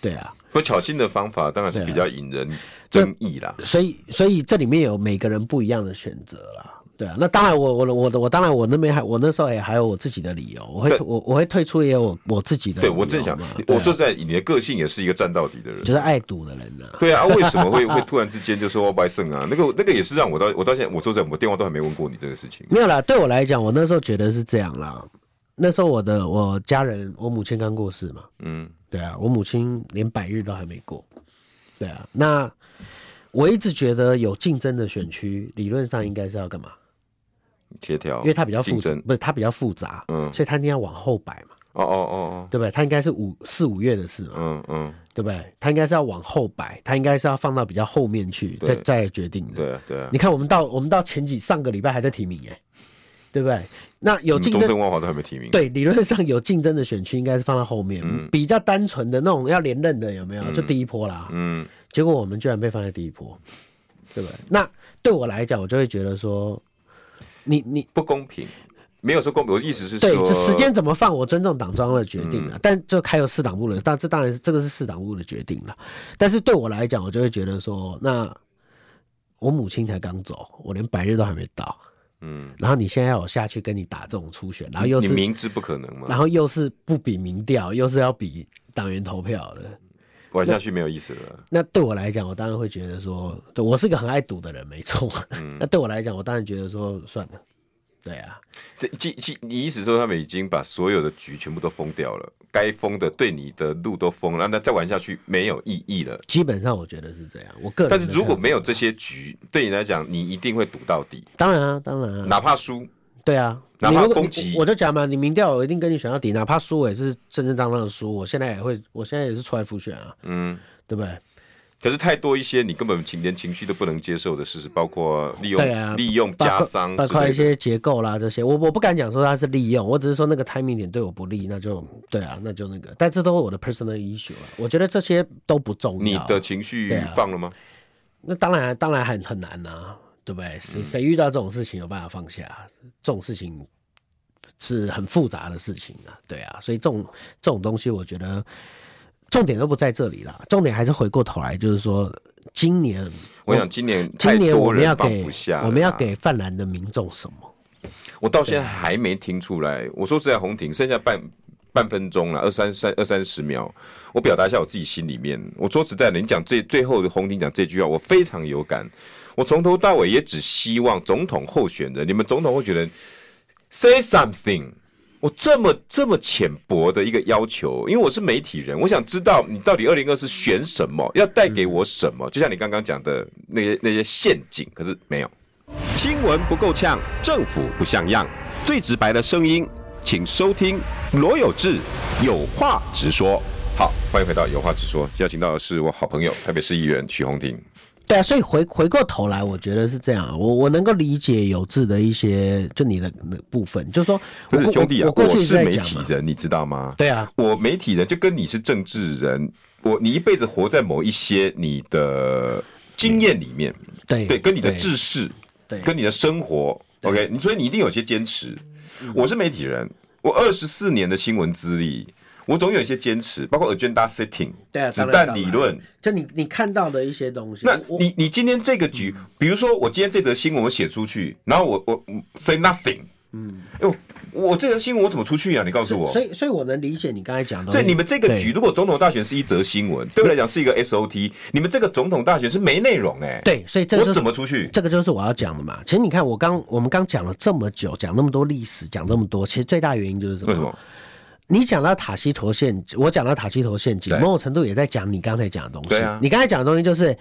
[SPEAKER 2] 对啊，
[SPEAKER 1] 不过巧心的方法当然是比较引人争议啦。
[SPEAKER 2] 所以所以这里面有每个人不一样的选择啦。对啊，那当然我，我我我我当然，我那边还我那时候也还有我自己的理由，我会
[SPEAKER 1] 对
[SPEAKER 2] 我我会退出，也有我我自己的理
[SPEAKER 1] 对
[SPEAKER 2] 由嘛。
[SPEAKER 1] 我正想，
[SPEAKER 2] 对啊
[SPEAKER 1] 我说实在你的个性也是一个站到底的人
[SPEAKER 2] 就。是爱赌的人呐、
[SPEAKER 1] 对啊，啊为什么会会突然之间就说要拜圣啊？那个那个也是让我到我到现在，我说实在，我电话都还没问过你这个事情。
[SPEAKER 2] 没有啦，对我来讲，我那时候觉得是这样啦。那时候我的我家人，我母亲刚过世嘛，
[SPEAKER 1] 嗯
[SPEAKER 2] 对啊，我母亲连百日都还没过，对啊。那我一直觉得有竞争的选区，理论上应该是要干嘛？
[SPEAKER 1] 协调，
[SPEAKER 2] 因为它比较复
[SPEAKER 1] 哦竞
[SPEAKER 2] 杂
[SPEAKER 1] 争，。
[SPEAKER 2] 不是它比较复杂，
[SPEAKER 1] 嗯
[SPEAKER 2] 所以它一定要往后摆嘛，
[SPEAKER 1] 哦哦哦
[SPEAKER 2] 对不对？它应该是五四五月的事嘛，
[SPEAKER 1] 哦，嗯嗯，
[SPEAKER 2] 对不对？它应该是要往后摆，它应该是要放到比较后面去，再
[SPEAKER 1] 对
[SPEAKER 2] 再决定的。
[SPEAKER 1] 对啊对啊
[SPEAKER 2] 你。看，我们到我们到前几上个礼拜还在提名耶、对不对？那有
[SPEAKER 1] 我们嗯
[SPEAKER 2] 竞
[SPEAKER 1] 中
[SPEAKER 2] 争
[SPEAKER 1] 正万华都还没提名。，
[SPEAKER 2] 对，理论上有竞争的选区应该是放在后面，
[SPEAKER 1] 嗯
[SPEAKER 2] 比较单纯的那种要连任的有没有？就第一波啦。
[SPEAKER 1] 嗯
[SPEAKER 2] 结果我们居然被放在第一波，对不对？那对我来讲，我就会觉得说，你你
[SPEAKER 1] 不公平，没有说公平，我的意思是说，嗯
[SPEAKER 2] 对这时间怎么放，我尊重党中央的决定了、但这开有市党部的，但这当然是这个是市党部的决定了。但是对我来讲，我就会觉得说，那我母亲才刚走，我连百日都还没到，
[SPEAKER 1] 嗯，
[SPEAKER 2] 然后你现在要我下去跟你打这种初选，然后又
[SPEAKER 1] 你
[SPEAKER 2] 是
[SPEAKER 1] 明知不可能
[SPEAKER 2] 然
[SPEAKER 1] 嘛，
[SPEAKER 2] 后又是不比民调，又是要比党员投票的，
[SPEAKER 1] 玩下去没有意思了。
[SPEAKER 2] 那对我来讲，我当然会觉得说，对我是个很爱赌的人，没错。啊
[SPEAKER 1] 嗯
[SPEAKER 2] 那对我来讲，我当然觉得说，算了，对啊，
[SPEAKER 1] 这其其你意思说他们已经把所有的局全部都封掉了，该封的对你的路都封了，那再玩下去没有意义了。
[SPEAKER 2] 基本上我觉得是这样。我个
[SPEAKER 1] 但
[SPEAKER 2] 人的看
[SPEAKER 1] 是
[SPEAKER 2] 法，
[SPEAKER 1] 如果没有这些局，对你来讲，你一定会赌到底，
[SPEAKER 2] 当然啊，当然啊，
[SPEAKER 1] 哪怕输。
[SPEAKER 2] 对啊。
[SPEAKER 1] 哪
[SPEAKER 2] 你
[SPEAKER 1] 怕
[SPEAKER 2] 如果
[SPEAKER 1] 攻
[SPEAKER 2] 你
[SPEAKER 1] 击
[SPEAKER 2] 我我就讲嘛，你民调我一定跟你选到底，哪怕输我也是正正当当的输。我现在也会，我现在也是出来复选啊，
[SPEAKER 1] 嗯，
[SPEAKER 2] 对不对？
[SPEAKER 1] 可是太多一些你根本情连情绪都不能接受的事实，包括利用、
[SPEAKER 2] 对啊
[SPEAKER 1] 利用
[SPEAKER 2] 包
[SPEAKER 1] 家
[SPEAKER 2] 括
[SPEAKER 1] 商
[SPEAKER 2] 包
[SPEAKER 1] 之类
[SPEAKER 2] 括
[SPEAKER 1] 的
[SPEAKER 2] 一些结构啦这些，我我不敢讲说它是利用，我只是说那个 timing 点对我不利，那就对啊，那就那个，但这都是我的 personal issue 啊，我觉得这些都不重要。
[SPEAKER 1] 你的情绪
[SPEAKER 2] 对啊
[SPEAKER 1] 放了吗？
[SPEAKER 2] 那当然当然很很难呐、对不对？谁
[SPEAKER 1] 嗯
[SPEAKER 2] 谁遇到这种事情有办法放下？这种事情是很复杂的事情啊，对啊，所以这种这种东西，我觉得重点都不在这里啦，重点还是回过头来，就是说今年
[SPEAKER 1] 我想今年太
[SPEAKER 2] 今年我
[SPEAKER 1] 多
[SPEAKER 2] 们要
[SPEAKER 1] 人放
[SPEAKER 2] 给
[SPEAKER 1] 不下了啊
[SPEAKER 2] 我们要
[SPEAKER 1] 啦
[SPEAKER 2] 给泛蓝的民众什么？
[SPEAKER 1] 我到现在还没听出来。我说实在，红婷剩下半半分钟了，二三三二三十秒，我表达一下我自己心里面。我说实在的，你讲最最后的红婷讲这句话，我非常有感。我从头到尾也只希望总统候选人，你们总统候选人 say something。我这么这么浅薄的一个要求，因为我是媒体人，我想知道你到底二零二四选什么，要带给我什么。就像你刚刚讲的那些那些陷阱，可是没有。新闻不够呛，政府不像样，最直白的声音，请收听罗有志有话直说。好，欢迎回到有话直说，邀请到的是我好朋友台北市议员许宏庭。
[SPEAKER 2] 对啊，所以回回过头来，我觉得是这样啊，我我能够理解有志的一些，就你的那部分，就是说，
[SPEAKER 1] 不
[SPEAKER 2] 我
[SPEAKER 1] 是
[SPEAKER 2] 过
[SPEAKER 1] 兄弟啊
[SPEAKER 2] 我我，过去一直
[SPEAKER 1] 是
[SPEAKER 2] 在
[SPEAKER 1] 媒
[SPEAKER 2] 讲
[SPEAKER 1] 体
[SPEAKER 2] 嘛，
[SPEAKER 1] 人，你知道吗？
[SPEAKER 2] 对啊，
[SPEAKER 1] 我媒体人就跟你是政治人，我你一辈子活在某一些你的经验里面，
[SPEAKER 2] 对
[SPEAKER 1] 对，跟你的知识，
[SPEAKER 2] 对
[SPEAKER 1] 跟你的生活，OK，你所以你一定有些坚持。
[SPEAKER 2] 嗯
[SPEAKER 1] 我是媒体人，我二十四年的新闻资历，我总有一些坚持，包括 agenda setting，
[SPEAKER 2] 对啊，
[SPEAKER 1] 子
[SPEAKER 2] 当然
[SPEAKER 1] 弹理，
[SPEAKER 2] 当
[SPEAKER 1] 论
[SPEAKER 2] 然。就你你看到的一些东西，
[SPEAKER 1] 那
[SPEAKER 2] 我嗯
[SPEAKER 1] 你你今天这个局，比如说我今天这则新闻我写出去，然后我我我 say nothing，嗯，哟，我这则新闻我怎么出去啊？你告诉我。
[SPEAKER 2] 所以所以我能理解你刚才讲的，
[SPEAKER 1] 所以你们这个
[SPEAKER 2] 对
[SPEAKER 1] 局，如果总统大选是一则新闻，对我来讲是一个 SOT，你们这个总统大选是没内容哎、
[SPEAKER 2] 对，所以这就
[SPEAKER 1] 我
[SPEAKER 2] 是
[SPEAKER 1] 怎么出去？
[SPEAKER 2] 这个就是我要讲的嘛。其实你看，我刚我们刚讲了这么久，讲那么多历史，讲那么多，其实最大原因就是什
[SPEAKER 1] 为
[SPEAKER 2] 么？
[SPEAKER 1] 什么？
[SPEAKER 2] 你讲到塔西佗陷阱，我讲到塔西佗陷阱，
[SPEAKER 1] 对
[SPEAKER 2] 某种程度也在讲你刚才讲的东西。
[SPEAKER 1] 对啊
[SPEAKER 2] 你刚才讲的东西就是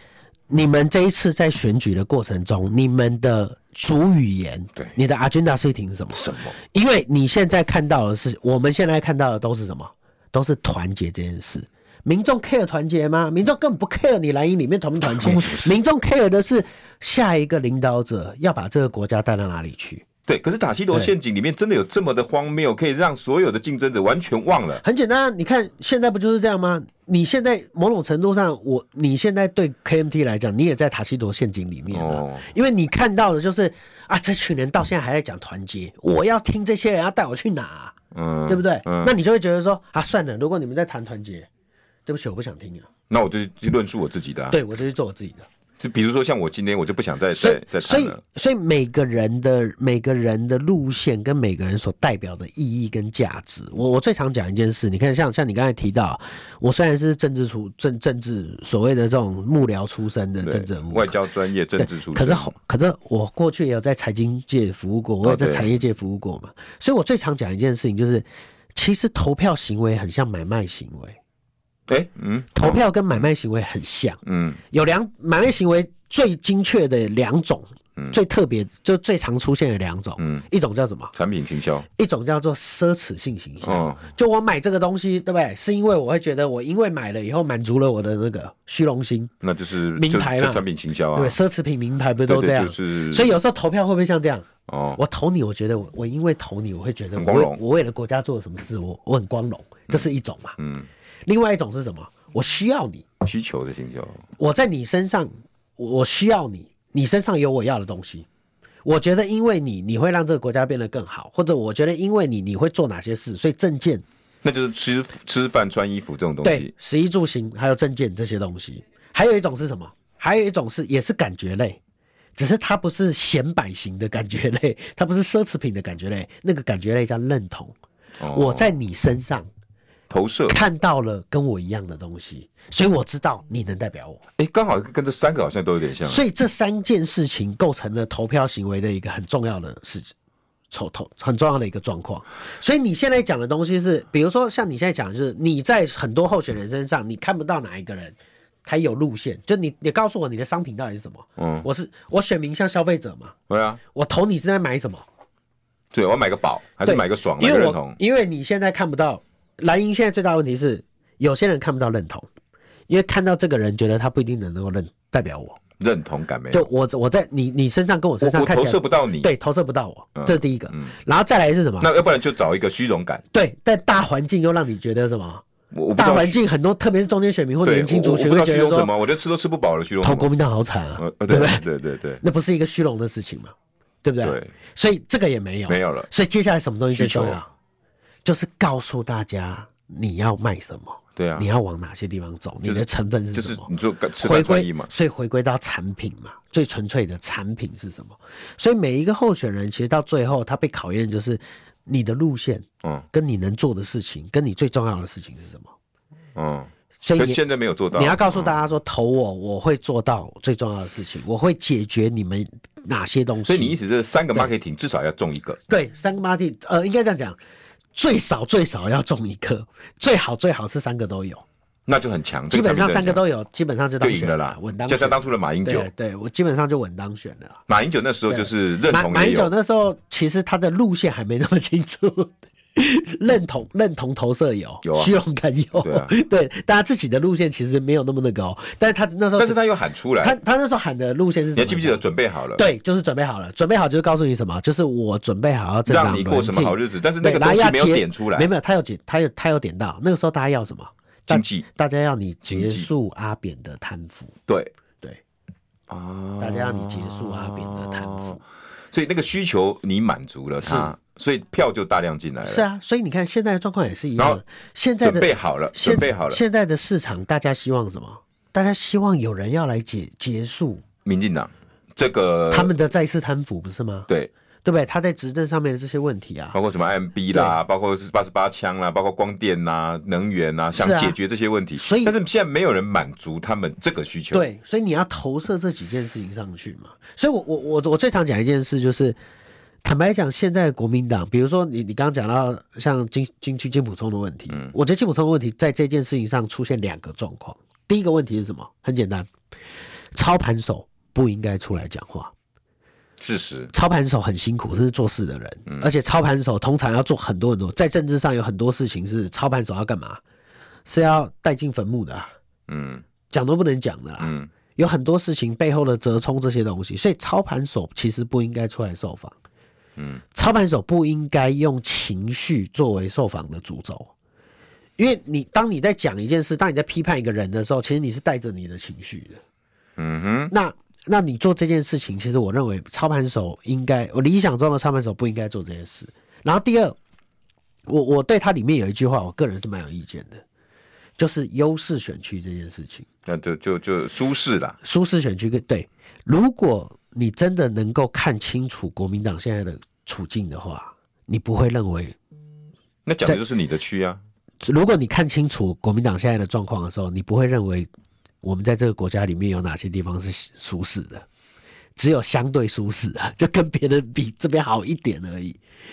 [SPEAKER 2] 你们这一次在选举的过程中，你们的主语言，
[SPEAKER 1] 对
[SPEAKER 2] 你的 agenda setting 是什么？
[SPEAKER 1] 什么？
[SPEAKER 2] 因为你现在看到的是，我们现在看到的都是什么？都是团结这件事。民众 care 团结吗？民众根本不 care 你蓝营里面团不团结， 民众 care 的是下一个领导者要把这个国家带到哪里去。
[SPEAKER 1] 对，可是塔西佗陷阱里面真的有这么的荒谬，可以让所有的竞争者完全忘了。
[SPEAKER 2] 很简单啊，你看现在不就是这样吗？你现在某种程度上，我你现在对 KMT 来讲，你也在塔西佗陷阱里面、啊
[SPEAKER 1] 哦
[SPEAKER 2] 因为你看到的就是啊，这群人到现在还在讲团结，我要听这些人要带我去哪啊、
[SPEAKER 1] 嗯，
[SPEAKER 2] 对不对？
[SPEAKER 1] 嗯，
[SPEAKER 2] 那你就会觉得说啊，算了，如果你们在谈团结，对不起，我不想听啊，
[SPEAKER 1] 那我就去论述我自己的、啊。，
[SPEAKER 2] 对我就去做我自己的。
[SPEAKER 1] 就比如说像我今天，我就不想再
[SPEAKER 2] 所
[SPEAKER 1] 再再
[SPEAKER 2] 以，所
[SPEAKER 1] 谈
[SPEAKER 2] 以
[SPEAKER 1] 了。，
[SPEAKER 2] 所以每个人的每个人的路线跟每个人所代表的意义跟价值，我我最常讲一件事，你看像像你刚才提到，我虽然是政治出政政治所谓的这种幕僚出身的
[SPEAKER 1] 对
[SPEAKER 2] 嗯政治人，物，
[SPEAKER 1] 外交专业政
[SPEAKER 2] 对，
[SPEAKER 1] 治出身，
[SPEAKER 2] 可是后可是我过去也有在财经界服务过，我也在
[SPEAKER 1] 哦对
[SPEAKER 2] 产业界服务过嘛，所以我最常讲一件事情就是，其实投票行为很像买卖行为，
[SPEAKER 1] 哎、嗯，
[SPEAKER 2] 投票跟买卖行为很像，
[SPEAKER 1] 嗯，
[SPEAKER 2] 有两买卖行为最精确的两种，最特别就最常出现的两种，
[SPEAKER 1] 嗯
[SPEAKER 2] 一种叫什么？
[SPEAKER 1] 产品行销，
[SPEAKER 2] 一种叫做奢侈性行销，
[SPEAKER 1] 哦
[SPEAKER 2] 就我买这个东西，对不对？是因为我会觉得我因为买了以后满足了我的那个虚荣心，
[SPEAKER 1] 那就是
[SPEAKER 2] 名
[SPEAKER 1] 就
[SPEAKER 2] 牌
[SPEAKER 1] 就
[SPEAKER 2] 嘛
[SPEAKER 1] 产品行销
[SPEAKER 2] 对
[SPEAKER 1] 啊
[SPEAKER 2] 不对，奢侈品名牌不都
[SPEAKER 1] 对对
[SPEAKER 2] 这样？
[SPEAKER 1] 就是
[SPEAKER 2] 所以有时候投票会不会像这样？
[SPEAKER 1] 哦，
[SPEAKER 2] 我投你，我觉得我我因为投你，我会觉得
[SPEAKER 1] 很
[SPEAKER 2] 我
[SPEAKER 1] 光荣
[SPEAKER 2] 为我为了国家做了什么事，我我很光荣，这是一种嘛。
[SPEAKER 1] 嗯，
[SPEAKER 2] 另外一种是什么？我需要你，
[SPEAKER 1] 需求的行销，
[SPEAKER 2] 我在你身上，我我需要你，你身上有我要的东西。我觉得因为你，你会让这个国家变得更好，或者我觉得因为你，你会做哪些事，所以证件
[SPEAKER 1] 那就是吃吃饭穿衣服这种东
[SPEAKER 2] 对
[SPEAKER 1] 西，
[SPEAKER 2] 食衣住行还有证件这些东西。还有一种是什么？还有一种是也是感觉类，只是它不是显摆型的感觉 类，它不是奢侈品的感觉类，那个感觉类叫认同。
[SPEAKER 1] 哦
[SPEAKER 2] 我在你身上
[SPEAKER 1] 投射，
[SPEAKER 2] 看到了跟我一样的东西，所以我知道你能代表我。
[SPEAKER 1] 哎、刚好跟这三个好像都有点像。
[SPEAKER 2] 所以这三件事情构成了投票行为的一个很重要的事情。丑投很重要的一个状况，所以你现在讲的东西是，比如说像你现在讲的，就是你在很多候选人身上，你看不到哪一个人他有路线，就你你告诉我你的商品到底是什么？
[SPEAKER 1] 嗯，
[SPEAKER 2] 我是我选民像消费者嘛，
[SPEAKER 1] 对啊，
[SPEAKER 2] 我投你是在买什么？
[SPEAKER 1] 对，我要买个宝，还是
[SPEAKER 2] 对
[SPEAKER 1] 买个爽，买
[SPEAKER 2] 因
[SPEAKER 1] 个
[SPEAKER 2] 为
[SPEAKER 1] 认
[SPEAKER 2] 我
[SPEAKER 1] 同？
[SPEAKER 2] 因为你现在看不到蓝营现在最大的问题是，有些人看不到认同，因为看到这个人觉得他不一定能够认代表我，
[SPEAKER 1] 认同感没有？
[SPEAKER 2] 就我我在你你身上跟我身
[SPEAKER 1] 我
[SPEAKER 2] 上
[SPEAKER 1] 我
[SPEAKER 2] 看
[SPEAKER 1] 投
[SPEAKER 2] 起
[SPEAKER 1] 射
[SPEAKER 2] 来
[SPEAKER 1] 不到你，
[SPEAKER 2] 对投射不到我，
[SPEAKER 1] 嗯
[SPEAKER 2] 这是第一个
[SPEAKER 1] 嗯，
[SPEAKER 2] 然后再来是什么？
[SPEAKER 1] 那要不然就找一个虚荣感。
[SPEAKER 2] 对，但大环境又让你觉得什么？
[SPEAKER 1] 我我不知
[SPEAKER 2] 大
[SPEAKER 1] 道
[SPEAKER 2] 环
[SPEAKER 1] 虚
[SPEAKER 2] 境很多，特别是中间选民或者
[SPEAKER 1] 对，
[SPEAKER 2] 年轻
[SPEAKER 1] 我
[SPEAKER 2] 族
[SPEAKER 1] 我
[SPEAKER 2] 群
[SPEAKER 1] 不知
[SPEAKER 2] 会
[SPEAKER 1] 道
[SPEAKER 2] 觉
[SPEAKER 1] 虚
[SPEAKER 2] 得
[SPEAKER 1] 荣什
[SPEAKER 2] 说，
[SPEAKER 1] 么，我觉得吃都吃不饱了，虚荣什
[SPEAKER 2] 投
[SPEAKER 1] 么。
[SPEAKER 2] 国民党好惨啊
[SPEAKER 1] 呃，呃，
[SPEAKER 2] 对
[SPEAKER 1] 对
[SPEAKER 2] 不对？
[SPEAKER 1] 对对对
[SPEAKER 2] 那不是一个虚荣的事情嘛，对不对啊
[SPEAKER 1] 对？，
[SPEAKER 2] 所以这个也没有，
[SPEAKER 1] 没有了。
[SPEAKER 2] 所以接下来什么东西最
[SPEAKER 1] 需求
[SPEAKER 2] 重要？就是告诉大家你要卖什么，
[SPEAKER 1] 对啊
[SPEAKER 2] 你，要往哪些地方走，你
[SPEAKER 1] 是
[SPEAKER 2] 的成分是
[SPEAKER 1] 就
[SPEAKER 2] 什
[SPEAKER 1] 是
[SPEAKER 2] 么？
[SPEAKER 1] 你就吃
[SPEAKER 2] 回
[SPEAKER 1] 饭穿衣
[SPEAKER 2] 归
[SPEAKER 1] 嘛，
[SPEAKER 2] 所以回归到产品嘛，最纯粹的产品是什么？所以每一个候选人其实到最后他被考验就是你的路线
[SPEAKER 1] 嗯
[SPEAKER 2] 跟你能做的事情，跟你最重要的事情是什么？
[SPEAKER 1] 嗯，
[SPEAKER 2] 所以
[SPEAKER 1] 可
[SPEAKER 2] 你
[SPEAKER 1] 现在没有做到。
[SPEAKER 2] 你要告诉大家说，投我，我会做到最重要的事情，我会解决你们哪些东西。
[SPEAKER 1] 所以你意思是三个 marketing 至少要中一个，
[SPEAKER 2] 对三个 m a r t 呃，应该这样讲，最少最少要中一个，最好最好是三个都有，
[SPEAKER 1] 那就很强。这
[SPEAKER 2] 基本上
[SPEAKER 1] 产
[SPEAKER 2] 三
[SPEAKER 1] 品就
[SPEAKER 2] 个
[SPEAKER 1] 很强
[SPEAKER 2] 都有，基本上就当
[SPEAKER 1] 就赢
[SPEAKER 2] 选
[SPEAKER 1] 了啦
[SPEAKER 2] 稳，当
[SPEAKER 1] 加
[SPEAKER 2] 选
[SPEAKER 1] 上当初的马英九
[SPEAKER 2] 对，对，我基本上就稳当选了。
[SPEAKER 1] 马英九那时候就是认
[SPEAKER 2] 马
[SPEAKER 1] 同
[SPEAKER 2] 马
[SPEAKER 1] 也
[SPEAKER 2] 英九
[SPEAKER 1] 有，
[SPEAKER 2] 那时候其实他的路线还没那么清楚， 认同认同投射有，
[SPEAKER 1] 有啊
[SPEAKER 2] 虚荣感有，
[SPEAKER 1] 对啊
[SPEAKER 2] 对，但他自己的路线其实没有那么那个哦，但是他那时候
[SPEAKER 1] 但是他又喊出
[SPEAKER 2] 他
[SPEAKER 1] 来，
[SPEAKER 2] 他那时候喊的路线是什么？
[SPEAKER 1] 你还记不记得？准备好了？，
[SPEAKER 2] 对，就是准备好了，准备好就是告诉你什么，就是我准备好要正
[SPEAKER 1] 让
[SPEAKER 2] 常
[SPEAKER 1] 你过什么好
[SPEAKER 2] 日
[SPEAKER 1] 日子，但是
[SPEAKER 2] 子
[SPEAKER 1] 那个东西没有点出来
[SPEAKER 2] 没，有，没有他有点，他有他有点到，那个时候大家要什么？大
[SPEAKER 1] 经济
[SPEAKER 2] 大家要你结
[SPEAKER 1] 经济
[SPEAKER 2] 束阿扁的贪腐，
[SPEAKER 1] 对
[SPEAKER 2] 对，
[SPEAKER 1] 啊
[SPEAKER 2] 大家要你结束阿扁的贪腐。
[SPEAKER 1] 所以那个需求你满足了他，所以票就大量进来了。
[SPEAKER 2] 是啊，所以你看现在的状况也是一
[SPEAKER 1] 然
[SPEAKER 2] 样
[SPEAKER 1] 后，
[SPEAKER 2] 现在
[SPEAKER 1] 准
[SPEAKER 2] 的
[SPEAKER 1] 备好了，
[SPEAKER 2] 现
[SPEAKER 1] 准备好了。
[SPEAKER 2] 现在的市场大家希望什么？大家希望有人要来结结束
[SPEAKER 1] 民进党这个
[SPEAKER 2] 他们的再次贪腐，不是吗？
[SPEAKER 1] 对，
[SPEAKER 2] 对不对？他在执政上面的这些问题啊，
[SPEAKER 1] 包括什么 MB 啦，包括是八十八枪啦，包括光电啦、能源啦，想
[SPEAKER 2] 是啊
[SPEAKER 1] 解决这些问题。
[SPEAKER 2] 所以
[SPEAKER 1] 但是现在没有人满足他们这个需求。，
[SPEAKER 2] 对，所以你要投射这几件事情上去嘛。所以我我我我最常讲一件事就是，坦白讲，现在的国民党，比如说你你刚刚讲到像金金区金普聪的问题，
[SPEAKER 1] 嗯
[SPEAKER 2] 我觉得金普聪的问题在这件事情上出现两个状况。第一个问题是什么？很简单，操盘手不应该出来讲话。
[SPEAKER 1] 事实
[SPEAKER 2] 操盘手很辛苦，这是做事的人，而且操盘手通常要做很多很多，在政治上有很多事情是操盘手要干嘛？是要带进坟墓的、啊，
[SPEAKER 1] 嗯
[SPEAKER 2] 讲都不能讲的啊啦。
[SPEAKER 1] 嗯，
[SPEAKER 2] 有很多事情背后的折冲这些东西，所以操盘手其实不应该出来受访。
[SPEAKER 1] 嗯，
[SPEAKER 2] 操盘手不应该用情绪作为受访的主轴，因为你当你在讲一件事，当你在批判一个人的时候，其实你是带着你的情绪的。
[SPEAKER 1] 嗯哼，
[SPEAKER 2] 那那你做这件事情，其实我认为操盘手应该，我理想中的操盘手不应该做这件事。然后第二，我我对它里面有一句话，我个人是蛮有意见的，就是优势选区这件事情，
[SPEAKER 1] 那就就就舒适啦。
[SPEAKER 2] 舒适选区跟对，如果你真的能够看清楚国民党现在的处境的话，你不会认为。
[SPEAKER 1] 那讲的就是你的区啊，
[SPEAKER 2] 如果你看清楚国民党现在的状况的时候，你不会认为我们在这个国家里面有哪些地方是舒适的，只有相对舒适啊， 就跟别人比这边好一点而已。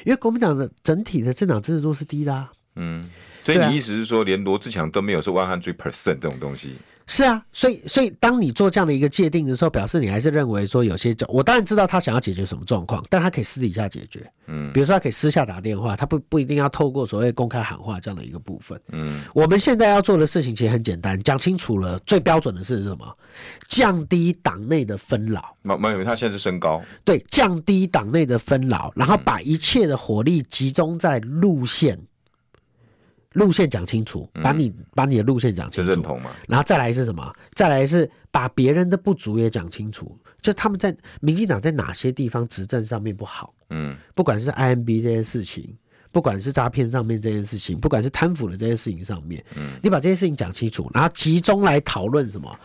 [SPEAKER 2] 因为国民党的整体的政党支持度是低的、啊，
[SPEAKER 1] 嗯。所以
[SPEAKER 2] 对啊
[SPEAKER 1] 你意思是说，连罗志强都没有说 one hundred percent 这种东西？
[SPEAKER 2] 是啊，所以所以当你做这样的一个界定的时候，表示你还是认为说有些，我当然知道他想要解决什么状况，但他可以私底下解决，
[SPEAKER 1] 嗯
[SPEAKER 2] 比如说他可以私下打电话，他不不一定要透过所谓公开喊话这样的一个部分。
[SPEAKER 1] 嗯
[SPEAKER 2] 我们现在要做的事情其实很简单，讲清楚了，最标准的是什么？降低党内的纷扰，
[SPEAKER 1] 马马友他现在是身高，
[SPEAKER 2] 对，降低党内的纷扰，然后
[SPEAKER 1] 嗯
[SPEAKER 2] 把一切的火力集中在路线，路线讲清楚，把你、把你的路线讲
[SPEAKER 1] 嗯就
[SPEAKER 2] 清
[SPEAKER 1] 认
[SPEAKER 2] 楚，
[SPEAKER 1] 同嘛？
[SPEAKER 2] 然后再来是什么？再来是把别人的不足也讲清楚，就他们在民进党在哪些地方执政上面不好，
[SPEAKER 1] 嗯
[SPEAKER 2] 不管是 IMB 这件事情，不管是诈骗上面这件事情，不管是贪腐的这件事情上面，
[SPEAKER 1] 嗯，
[SPEAKER 2] 你把这些事情讲清楚，然后集中来讨论什么？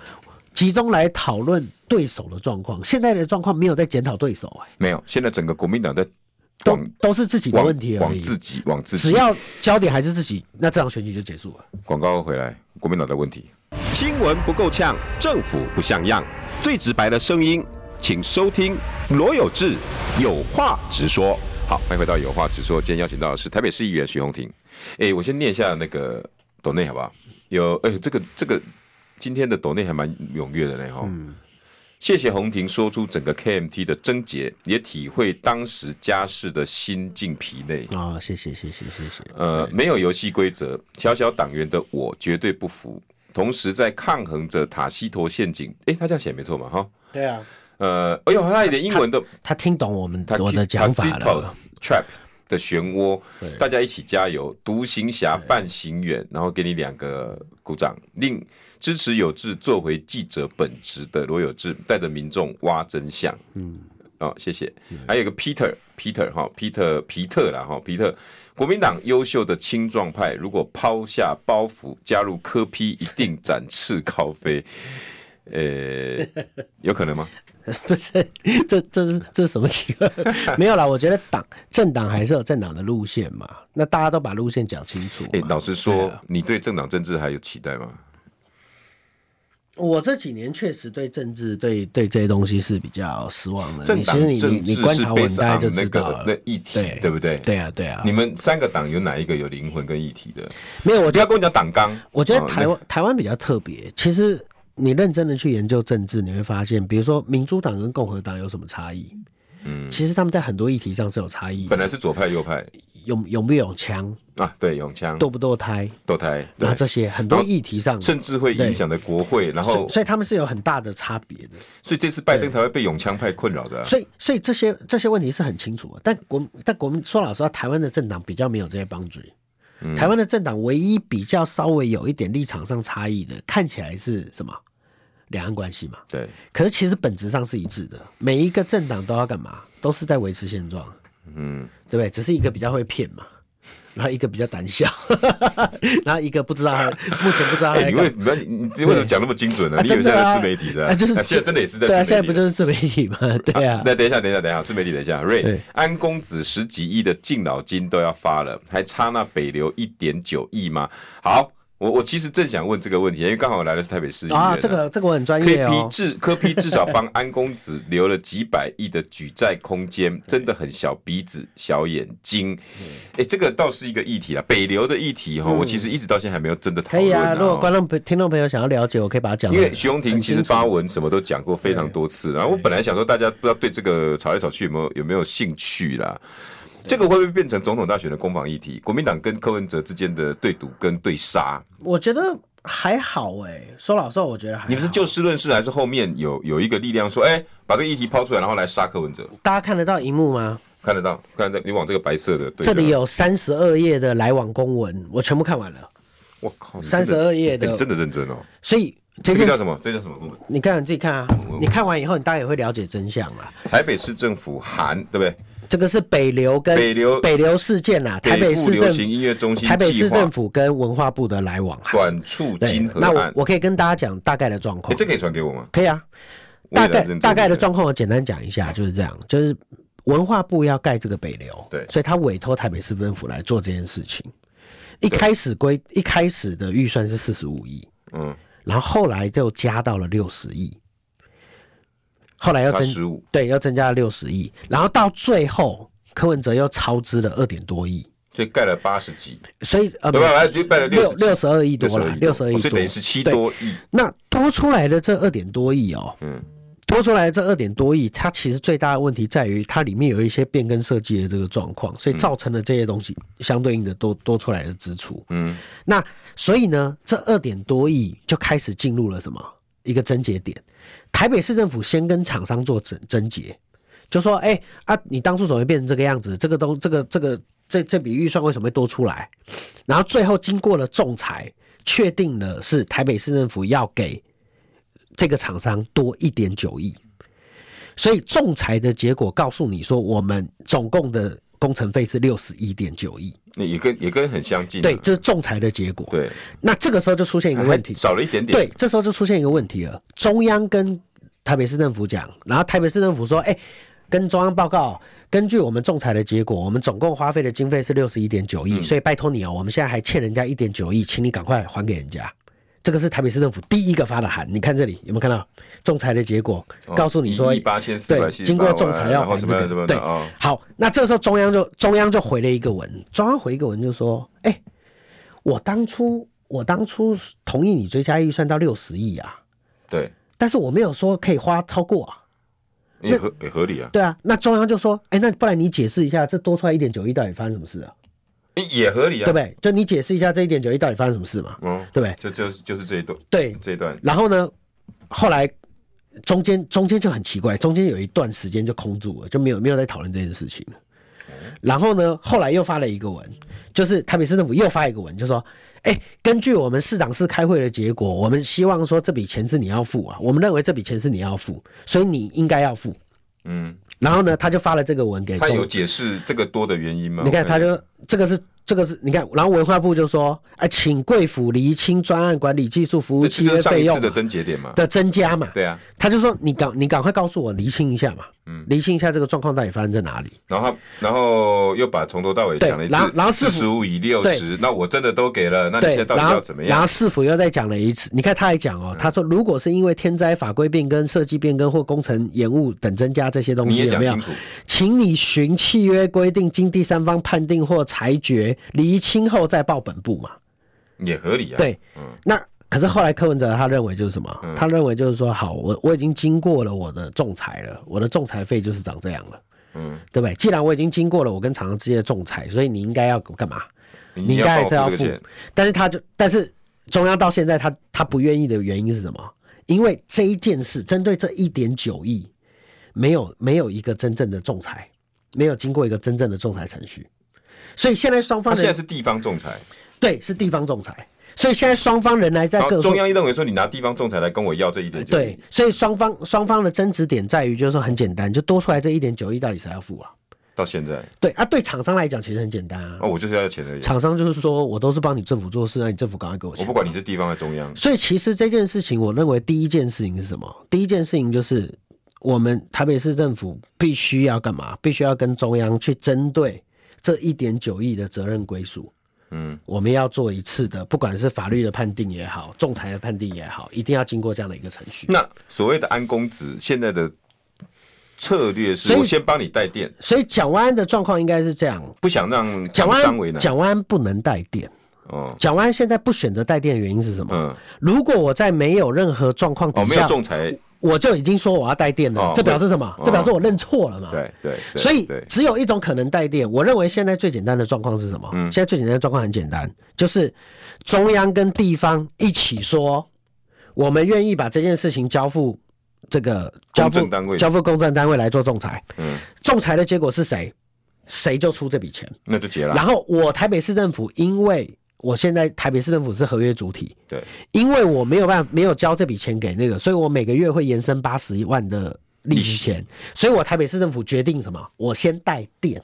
[SPEAKER 2] 集中来讨论对手的状况。现在的状况没有在检讨对手、哎，
[SPEAKER 1] 没有。现在整个国民党在
[SPEAKER 2] 都
[SPEAKER 1] 往
[SPEAKER 2] 都是自己的
[SPEAKER 1] 往
[SPEAKER 2] 问题而
[SPEAKER 1] 往
[SPEAKER 2] 已。
[SPEAKER 1] 自己往自己
[SPEAKER 2] 只要焦点还是自己，那这场选举就结束了。
[SPEAKER 1] 广告回来，国民党的问题。新闻不够呛，政府不像样，最直白的声音，请收听罗有志有话直说。好，欢迎回到有话直说。今天邀请到的是台北市议员徐宏庭。哎、我先念一下那个抖内好不好？有，哎、这个这个今天的抖内还蛮踊跃的呢哈。谢谢洪庭说出整个 KMT 的症结，也体会当时家事的心境疲累。
[SPEAKER 2] 啊、谢谢谢谢谢谢。
[SPEAKER 1] 呃，没有游戏规则，小小党员的我绝对不服。同时在抗衡着塔西佗陷阱，诶，他这样写没错嘛，哈，
[SPEAKER 2] 对啊，
[SPEAKER 1] 呃，哎呦，他连英文都，
[SPEAKER 2] 他听懂我们
[SPEAKER 1] 他
[SPEAKER 2] 我的讲法了。
[SPEAKER 1] Tacitus trap 的漩涡
[SPEAKER 2] 对，
[SPEAKER 1] 大家一起加油，独行侠伴行远，然后给你两个鼓掌，令支持有志做回记者本职的罗有志，带着民众挖真相。
[SPEAKER 2] 嗯，
[SPEAKER 1] 哦，谢谢。还有一个 Peter Peter 哈、Peter 皮特啦哈、皮特，国民党优秀的青壮派，如果抛下包袱加入科批，一定展翅高飞。呃，有可能吗？
[SPEAKER 2] 不是，这这是这是什么奇怪？ 没有啦，我觉得党政党还是有政党的路线嘛。那大家都把路线讲清楚嘛。
[SPEAKER 1] 哎、老实
[SPEAKER 2] 对
[SPEAKER 1] 说，
[SPEAKER 2] 啊
[SPEAKER 1] 你对政党政治还有期待吗？
[SPEAKER 2] 我这几年确实对政治对对这些东西是比较失望的。
[SPEAKER 1] 政
[SPEAKER 2] 呃你其
[SPEAKER 1] 党
[SPEAKER 2] 实你你
[SPEAKER 1] 政治
[SPEAKER 2] 你
[SPEAKER 1] 是
[SPEAKER 2] 观察我，你
[SPEAKER 1] based
[SPEAKER 2] 大概
[SPEAKER 1] on
[SPEAKER 2] 就
[SPEAKER 1] 那
[SPEAKER 2] 知道
[SPEAKER 1] 个
[SPEAKER 2] 了
[SPEAKER 1] 那。议题，
[SPEAKER 2] 对
[SPEAKER 1] 对不对？、
[SPEAKER 2] 对啊，对啊，
[SPEAKER 1] 你们三个党有哪一个有灵魂跟议题的？
[SPEAKER 2] 没有，我
[SPEAKER 1] 不
[SPEAKER 2] 觉
[SPEAKER 1] 要
[SPEAKER 2] 得
[SPEAKER 1] 跟我讲党纲。
[SPEAKER 2] 我觉得
[SPEAKER 1] 哦
[SPEAKER 2] 台湾、台湾比较特别。其实你认真的去研究政治，你会发现，比如说民主党跟共和党有什么差异？
[SPEAKER 1] 嗯，
[SPEAKER 2] 其实他们在很多议题上是有差异
[SPEAKER 1] 那
[SPEAKER 2] 的，
[SPEAKER 1] 本来是左派右派
[SPEAKER 2] 有有没有枪，
[SPEAKER 1] 啊，对，永枪
[SPEAKER 2] 堕不堕胎，
[SPEAKER 1] 堕胎，
[SPEAKER 2] 然
[SPEAKER 1] 对
[SPEAKER 2] 后，这些很多议题上，
[SPEAKER 1] 甚至会影响的国会，然
[SPEAKER 2] 所
[SPEAKER 1] 后
[SPEAKER 2] 以所以他们是有很大的差别的。
[SPEAKER 1] 所以这次拜登才会被永枪派困扰的啊、
[SPEAKER 2] 所以，所以这些这些问题是很清楚的，但国但国民说老实话，台湾的政党比较没有这些帮助。
[SPEAKER 1] 嗯
[SPEAKER 2] 台湾的政党唯一比较稍微有一点立场上差异的，看起来是什么？两岸关系嘛，
[SPEAKER 1] 对，
[SPEAKER 2] 可是其实本质上是一致的。每一个政党都要干嘛？都是在维持现状，
[SPEAKER 1] 嗯，
[SPEAKER 2] 对不对？只是一个比较会骗嘛，然后一个比较胆小， 然后一个不知道他目前不知道他
[SPEAKER 1] 哎、
[SPEAKER 2] 在
[SPEAKER 1] 你
[SPEAKER 2] 干
[SPEAKER 1] 为
[SPEAKER 2] 嘛。
[SPEAKER 1] 你为你你为什么讲那么精准呢、
[SPEAKER 2] 啊
[SPEAKER 1] 你以为
[SPEAKER 2] 真
[SPEAKER 1] 现
[SPEAKER 2] 的
[SPEAKER 1] 在
[SPEAKER 2] 啊
[SPEAKER 1] 自媒体的、
[SPEAKER 2] 啊就是
[SPEAKER 1] 啊现在真的也是在自
[SPEAKER 2] 对啊，
[SPEAKER 1] 媒体
[SPEAKER 2] 现在不
[SPEAKER 1] 的
[SPEAKER 2] 就是自媒体吗？ 对 啊，
[SPEAKER 1] 那等一下，等一下，等一下，自媒体等一下。瑞
[SPEAKER 2] 对
[SPEAKER 1] 安公子十几亿的敬老金都要发了，还差那北流一点九亿吗？好，我我其实正想问这个问题，因为刚好我来的是台北市议员、
[SPEAKER 2] 啊，这个这个我很专
[SPEAKER 1] 科
[SPEAKER 2] 业
[SPEAKER 1] 批
[SPEAKER 2] 哦。
[SPEAKER 1] 至科批至少帮安公子留了几百亿的举债空间，真的很小鼻子小眼睛。哎、这个倒是一个议题啊，北流的议题哈、我其实一直到现在还没有真的讨
[SPEAKER 2] 嗯可
[SPEAKER 1] 论、
[SPEAKER 2] 以
[SPEAKER 1] 啊
[SPEAKER 2] 啊，如果
[SPEAKER 1] 齁
[SPEAKER 2] 观众朋听众朋友想要了解，我可以把它讲得
[SPEAKER 1] 因
[SPEAKER 2] 很。
[SPEAKER 1] 为徐宏庭其实发文什么都讲过非常多次，然后我本来想说大家不知道对这个吵来吵去有没有有没有兴趣啦。这个会不会变成总统大选的攻防议题？国民党跟柯文哲之间的对赌跟对杀，
[SPEAKER 2] 我觉得还好哎、说老实话，我觉得还好
[SPEAKER 1] 你们是就事论事，还是后面有有一个力量说，哎、把这个议题抛出来，然后来杀柯文哲？
[SPEAKER 2] 大家看得到荧幕吗？
[SPEAKER 1] 看得到，看得到，你往这个白色的对。啊
[SPEAKER 2] 这里，有三十二页的来往公文，我全部看完了，
[SPEAKER 1] 我靠，你真的
[SPEAKER 2] 32页的
[SPEAKER 1] 哎你真的认真哦。
[SPEAKER 2] 所以
[SPEAKER 1] 这
[SPEAKER 2] 这
[SPEAKER 1] 个
[SPEAKER 2] 件
[SPEAKER 1] 叫
[SPEAKER 2] 事
[SPEAKER 1] 什么？这个叫什么部门？
[SPEAKER 2] 你看你自己看啊，你看完以后，你大概也会了解真相啦。
[SPEAKER 1] 台北市政府函，对不对？
[SPEAKER 2] 这个是北流跟
[SPEAKER 1] 北流
[SPEAKER 2] 北流事件啦，台北
[SPEAKER 1] 部
[SPEAKER 2] 市
[SPEAKER 1] 流
[SPEAKER 2] 政
[SPEAKER 1] 行音乐中心
[SPEAKER 2] 台北市
[SPEAKER 1] 计划
[SPEAKER 2] 政府跟文化部的来往啊。
[SPEAKER 1] 短促
[SPEAKER 2] 对
[SPEAKER 1] 金，河
[SPEAKER 2] 那
[SPEAKER 1] 案
[SPEAKER 2] 我。我可以跟大家讲大概的状
[SPEAKER 1] 哎，
[SPEAKER 2] 况。
[SPEAKER 1] 这可以传给我吗？
[SPEAKER 2] 可以啊，
[SPEAKER 1] 我也来
[SPEAKER 2] 大概
[SPEAKER 1] 认真
[SPEAKER 2] 大概的
[SPEAKER 1] 一下
[SPEAKER 2] 状况我简单讲一下，就是这样，就是文化部要盖这个北流，
[SPEAKER 1] 对
[SPEAKER 2] 所以他委托台北市政府来做这件事情。一开始规一开始的预算是四十五亿，
[SPEAKER 1] 嗯，
[SPEAKER 2] 然后后来就加到了六十亿，后来要
[SPEAKER 1] 八
[SPEAKER 2] 增
[SPEAKER 1] 十五，
[SPEAKER 2] 对要增加六十亿，然后到最后柯文哲又超支了二点多亿，
[SPEAKER 1] 所以盖了八十几，
[SPEAKER 2] 所以呃
[SPEAKER 1] 对吧？哎就盖了
[SPEAKER 2] 六
[SPEAKER 1] 60
[SPEAKER 2] 六十二亿多
[SPEAKER 1] 62
[SPEAKER 2] 了，六十二亿
[SPEAKER 1] 哦所
[SPEAKER 2] 多，
[SPEAKER 1] 以等于十七
[SPEAKER 2] 对。
[SPEAKER 1] 多亿。
[SPEAKER 2] 那多出来的这二点多亿哦，
[SPEAKER 1] 嗯，
[SPEAKER 2] 多出来这二点多亿，它其实最大的问题在于它里面有一些变更设计的这个状况，所以造成了这些东西相对应的多多出来的支出。
[SPEAKER 1] 嗯，
[SPEAKER 2] 那所以呢，这二点多亿就开始进入了什么一个症结点？台北市政府先跟厂商做整征结，就说：哎、啊，你当初怎么会变成这个样子？这个东这个这个这这笔预算为什么会多出来？然后最后经过了仲裁，确定了是台北市政府要给这个厂商多一点九亿。所以仲裁的结果告诉你说，我们总共的工程费是六十一点九亿，
[SPEAKER 1] 那也跟也跟很相近啊。
[SPEAKER 2] 对，就是仲裁的结果。
[SPEAKER 1] 对，
[SPEAKER 2] 那这个时候就出现一个问题
[SPEAKER 1] 还，少了一点点。
[SPEAKER 2] 对，这时候就出现一个问题了。中央跟台北市政府讲，然后台北市政府说：“哎、跟中央报告，根据我们仲裁的结果，我们总共花费的经费是六十一点九
[SPEAKER 1] 嗯
[SPEAKER 2] 亿，所以拜托你哦，我们现在还欠人家一点九亿，请你赶快还给人家。这个是台北市政府第一个发的函，你看这里有没有看到仲裁的结果？告诉你说
[SPEAKER 1] 哦一亿八千四百啊
[SPEAKER 2] 对，
[SPEAKER 1] 七十
[SPEAKER 2] 经过仲裁要
[SPEAKER 1] 然后
[SPEAKER 2] 还
[SPEAKER 1] 什
[SPEAKER 2] 这
[SPEAKER 1] 么
[SPEAKER 2] 个，
[SPEAKER 1] 什么
[SPEAKER 2] 对
[SPEAKER 1] 的，哦，
[SPEAKER 2] 好，那这时候中央就中央就回了一个文，中央回一个文就说，哎、我当初我当初同意你追加预算到六十亿啊，
[SPEAKER 1] 对，
[SPEAKER 2] 但是我没有说可以花超过啊，
[SPEAKER 1] 也合也合理啊，
[SPEAKER 2] 对啊，那中央就说，哎、那不然你解释一下这多出来一点九亿到底发生什么事啊，
[SPEAKER 1] 也合理啊，
[SPEAKER 2] 对不对？就你解释一下这一点九亿到底发生什么事嘛，
[SPEAKER 1] 嗯，
[SPEAKER 2] 对不对？
[SPEAKER 1] 就就是就是这一段
[SPEAKER 2] 对，
[SPEAKER 1] 这一段，
[SPEAKER 2] 然后呢，后来中间中间就很奇怪，中间有一段时间就空住了，就没有没有在讨论这件事情了。然后呢，后来又发了一个文，就是台北市政府又发一个文，就说：“哎，根据我们市长室开会的结果，我们希望说这笔钱是你要付啊，我们认为这笔钱是你要付，所以你应该要付。
[SPEAKER 1] 嗯，”
[SPEAKER 2] 然后呢，他就发了这个文给
[SPEAKER 1] 他
[SPEAKER 2] 中
[SPEAKER 1] 有解释这个多的原因吗？
[SPEAKER 2] 你看，
[SPEAKER 1] 我
[SPEAKER 2] 他就这个是这个是，你看，然后文化部就说：“哎，请贵府厘清专案管理技术服务
[SPEAKER 1] 这
[SPEAKER 2] 契
[SPEAKER 1] 这就
[SPEAKER 2] 约
[SPEAKER 1] 是上
[SPEAKER 2] 费
[SPEAKER 1] 一
[SPEAKER 2] 用啊
[SPEAKER 1] 次的症结点嘛，
[SPEAKER 2] 的增加嘛。”
[SPEAKER 1] 对啊，
[SPEAKER 2] 他就说：“你赶你赶快告诉我，厘清一下嘛，
[SPEAKER 1] 嗯
[SPEAKER 2] 厘清一下这个状况到底发生在哪里。
[SPEAKER 1] 然后然后又把从头到尾
[SPEAKER 2] 对
[SPEAKER 1] 讲了一次，
[SPEAKER 2] 然后然后市
[SPEAKER 1] 四
[SPEAKER 2] 府
[SPEAKER 1] 十五以六十，那我真的都给了，那你
[SPEAKER 2] 对
[SPEAKER 1] 现在，到底
[SPEAKER 2] 然
[SPEAKER 1] 要
[SPEAKER 2] 后
[SPEAKER 1] 怎么
[SPEAKER 2] 然后
[SPEAKER 1] 样？嗯
[SPEAKER 2] 市府又再讲了一次，你看他还讲哦，他说如果是因为天灾法规变更、设计变更或工程延误等增加这些东
[SPEAKER 1] 你
[SPEAKER 2] 西，
[SPEAKER 1] 也
[SPEAKER 2] 有
[SPEAKER 1] 讲
[SPEAKER 2] 没有
[SPEAKER 1] 清？楚，
[SPEAKER 2] 请你循契约规定，经第三方判定或裁决厘清后再报本部嘛。
[SPEAKER 1] 也合理啊，
[SPEAKER 2] 对，
[SPEAKER 1] 嗯
[SPEAKER 2] 那可是后来柯文哲他认为就是什么？他认为就是说，好，我我已经经过了我的仲裁了，我的仲裁费就是长这样了。
[SPEAKER 1] 嗯，
[SPEAKER 2] 对不对？既然我已经经过了我跟厂商之间的仲裁，所以你应该要干嘛？
[SPEAKER 1] 嗯你
[SPEAKER 2] 应该还是
[SPEAKER 1] 要帮
[SPEAKER 2] 要
[SPEAKER 1] 我
[SPEAKER 2] 付
[SPEAKER 1] 这个钱，。
[SPEAKER 2] 但是他就，但是中央到现在他他不愿意的原因是什么？因为这一件事针对这一点九亿，没有没有一个真正的仲裁，没有经过一个真正的仲裁程序，所以现在双方
[SPEAKER 1] 啊他现在
[SPEAKER 2] 人
[SPEAKER 1] 是地方仲裁，
[SPEAKER 2] 对是地方仲裁，所以现在双方人来在
[SPEAKER 1] 然后
[SPEAKER 2] 各
[SPEAKER 1] 啊中
[SPEAKER 2] 说
[SPEAKER 1] 央认为说你拿地方仲裁来跟我要这一点九亿，
[SPEAKER 2] 对，所以双方双方的争执点在于就是说很简单，就多出来这一点九亿到底谁要付啊？
[SPEAKER 1] 到现在
[SPEAKER 2] 对啊，对厂商来讲其实很简单啊，
[SPEAKER 1] 哦，我就是要钱而已，
[SPEAKER 2] 厂商就是说我都是帮你政府做事，那你政府赶快给我
[SPEAKER 1] 我
[SPEAKER 2] 钱
[SPEAKER 1] 不。管你是地方还是中央，
[SPEAKER 2] 所以其实这件事情，我认为第一件事情是什么？第一件事情就是我们台北市政府必须要干嘛？必须要跟中央去针对这一点九亿的责任归属，
[SPEAKER 1] 嗯，
[SPEAKER 2] 我们要做一次的，不管是法律的判定也好，仲裁的判定也好，一定要经过这样的一个程序。
[SPEAKER 1] 那所谓的安公子现在的策略是
[SPEAKER 2] 所以
[SPEAKER 1] 我先帮你带电，
[SPEAKER 2] 所以蒋万安的状况应该是这样：
[SPEAKER 1] 不想让
[SPEAKER 2] 蒋
[SPEAKER 1] 厂
[SPEAKER 2] 万
[SPEAKER 1] 商为
[SPEAKER 2] 安
[SPEAKER 1] 难，
[SPEAKER 2] 蒋万安不能带电，
[SPEAKER 1] 哦，
[SPEAKER 2] 蒋万安现在不选择带电的原因是什么？
[SPEAKER 1] 嗯，
[SPEAKER 2] 如果我在没有任何状况底
[SPEAKER 1] 哦，没
[SPEAKER 2] 下，
[SPEAKER 1] 有仲裁，
[SPEAKER 2] 我就已经说我要带电了，
[SPEAKER 1] 哦
[SPEAKER 2] 这表示什么？
[SPEAKER 1] 哦
[SPEAKER 2] 这表示我认错了嘛？。
[SPEAKER 1] 对对，对
[SPEAKER 2] 所以
[SPEAKER 1] 对，
[SPEAKER 2] 只有一种可能带电，我认为现在最简单的状况是什么？
[SPEAKER 1] 嗯
[SPEAKER 2] 现在最简单的状况很简单，就是中央跟地方一起说，我们愿意把这件事情交付这个交
[SPEAKER 1] 公
[SPEAKER 2] 付
[SPEAKER 1] 证单位
[SPEAKER 2] 交付公证单位来做仲裁。
[SPEAKER 1] 嗯，
[SPEAKER 2] 仲裁的结果是谁，谁就出这笔钱。
[SPEAKER 1] 那就结了，
[SPEAKER 2] 然后我台北市政府，因为我现在台北市政府是合约主体，
[SPEAKER 1] 对，
[SPEAKER 2] 因为我没有办法没有交这笔钱给那个，所以我每个月会延伸八十万的利息钱，所以我台北市政府决定什么？我先带电，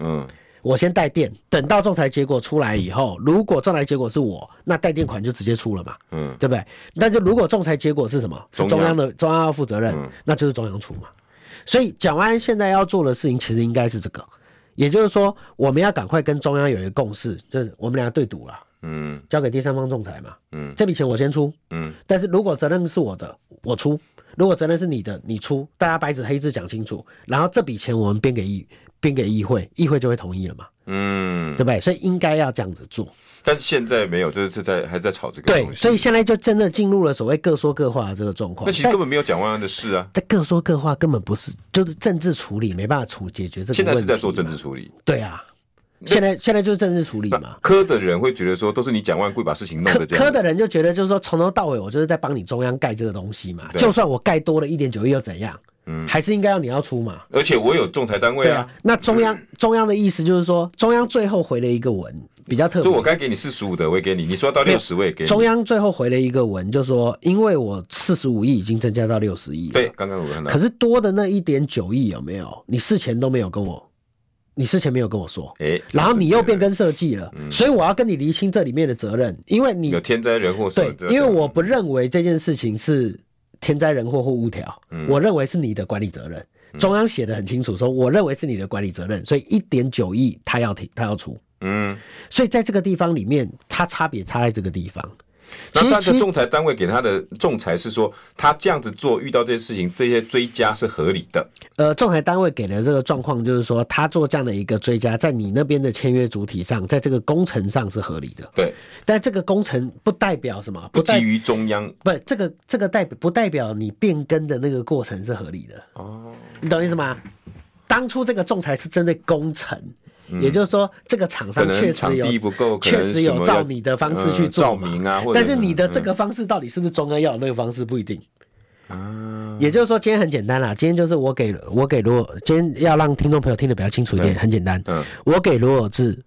[SPEAKER 1] 嗯，
[SPEAKER 2] 我先带电，等到仲裁结果出来以后，如果仲裁结果是我，那带电款就直接出了嘛，
[SPEAKER 1] 嗯，
[SPEAKER 2] 对不对？但是如果仲裁结果是什么？是
[SPEAKER 1] 中
[SPEAKER 2] 中
[SPEAKER 1] 央
[SPEAKER 2] 央的中央要负责任，
[SPEAKER 1] 嗯
[SPEAKER 2] 那就是中央出嘛。所以蒋万安现在要做的事情，其实应该是这个，也就是说，我们要赶快跟中央有一个共识，就是我们俩对赌了，
[SPEAKER 1] 嗯，
[SPEAKER 2] 交给第三方仲裁嘛。
[SPEAKER 1] 嗯，
[SPEAKER 2] 这笔钱我先出，
[SPEAKER 1] 嗯，
[SPEAKER 2] 但是如果责任是我的，我出；如果责任是你的，你出。大家白纸黑字讲清楚，然后这笔钱我们编给议编给议会，议会就会同意了嘛，
[SPEAKER 1] 嗯
[SPEAKER 2] 对，不对？所以应该要这样子做。
[SPEAKER 1] 但是现在没有，这是在还在吵这个
[SPEAKER 2] 对
[SPEAKER 1] 东，西，
[SPEAKER 2] 所以现在就真的进入了所谓各说各话的这个状况。
[SPEAKER 1] 那其实
[SPEAKER 2] 但
[SPEAKER 1] 根本没有蒋万安的事啊，
[SPEAKER 2] 但各说各话，根本不是，就是政治处理没办法处解决这个问题。
[SPEAKER 1] 现在是在做政治，处理。
[SPEAKER 2] 对啊，现在现在就是政治处理
[SPEAKER 1] 那
[SPEAKER 2] 嘛。
[SPEAKER 1] 科的人会觉得说，都是你蒋万贵把事情弄
[SPEAKER 2] 科
[SPEAKER 1] 得这样
[SPEAKER 2] 科的人就觉得，就是说从头到尾我就是在帮你中央盖这个东西嘛，
[SPEAKER 1] 对
[SPEAKER 2] 就算我盖多了一点九亿又怎样？
[SPEAKER 1] 嗯
[SPEAKER 2] 还是应该要你要出嘛。
[SPEAKER 1] 而且我有仲裁单位啊，，
[SPEAKER 2] 那中央中央的意思就是说，中央最后回了一个文，比较特
[SPEAKER 1] 就
[SPEAKER 2] 别
[SPEAKER 1] 我。该给你四十五的，我也给你；你说到
[SPEAKER 2] 没
[SPEAKER 1] 六
[SPEAKER 2] 有
[SPEAKER 1] 十，我也给你。
[SPEAKER 2] 中央最后回了一个文，就说因为我四十五亿已经增加到六十亿了，
[SPEAKER 1] 对，刚刚我看到
[SPEAKER 2] 可，是多的那一点九亿有没有？你事前都没有跟我，你事前没有跟我说，
[SPEAKER 1] 哎，
[SPEAKER 2] 然后你又变更设计了，
[SPEAKER 1] 嗯
[SPEAKER 2] 所以我要跟你厘清这里面的责任，因为你
[SPEAKER 1] 有天灾人祸什么
[SPEAKER 2] 对
[SPEAKER 1] 的，，
[SPEAKER 2] 因为我嗯不认为这件事情是天灾人祸或无条，我认为是你的管理责任，中央写的很清楚，说我认为是你的管理责任，所以一点九亿他要提，他要出。
[SPEAKER 1] 嗯，
[SPEAKER 2] 所以在这个地方里面，它差别差在这个地方。其
[SPEAKER 1] 那
[SPEAKER 2] 实，
[SPEAKER 1] 他
[SPEAKER 2] 其
[SPEAKER 1] 的
[SPEAKER 2] 实
[SPEAKER 1] 仲裁单位给他的仲裁是说，他这样子做遇到这些事情，这些追加是合理的。
[SPEAKER 2] 呃，仲裁单位给的这个状况就是说，他做这样的一个追加，在你那边的签约主体上，在这个工程上是合理的，
[SPEAKER 1] 对，
[SPEAKER 2] 但这个工程不代表什么，
[SPEAKER 1] 不
[SPEAKER 2] 代
[SPEAKER 1] 基于中央
[SPEAKER 2] 不，这个这个代表不代表你变更的那个过程是合理的，
[SPEAKER 1] 哦，
[SPEAKER 2] 你懂意思吗？当初这个仲裁是针对工程，也就是说，这个厂
[SPEAKER 1] 嗯可
[SPEAKER 2] 商确
[SPEAKER 1] 能场
[SPEAKER 2] 实有
[SPEAKER 1] 地不够，可
[SPEAKER 2] 确
[SPEAKER 1] 能
[SPEAKER 2] 实
[SPEAKER 1] 什
[SPEAKER 2] 有
[SPEAKER 1] 么
[SPEAKER 2] 照
[SPEAKER 1] 要
[SPEAKER 2] 你的方式
[SPEAKER 1] 呃
[SPEAKER 2] 去做
[SPEAKER 1] 照
[SPEAKER 2] 嘛
[SPEAKER 1] 明啊，或者
[SPEAKER 2] 但是你的这
[SPEAKER 1] 嗯
[SPEAKER 2] 个方式到底是不是中央要的那个方式不一定。
[SPEAKER 1] 啊，
[SPEAKER 2] 也就是说，今天很简单啦，今天就是我给我给罗，今天要让听众朋友听得比较清楚一点，
[SPEAKER 1] 对
[SPEAKER 2] 很简单，
[SPEAKER 1] 嗯
[SPEAKER 2] 我给罗有志，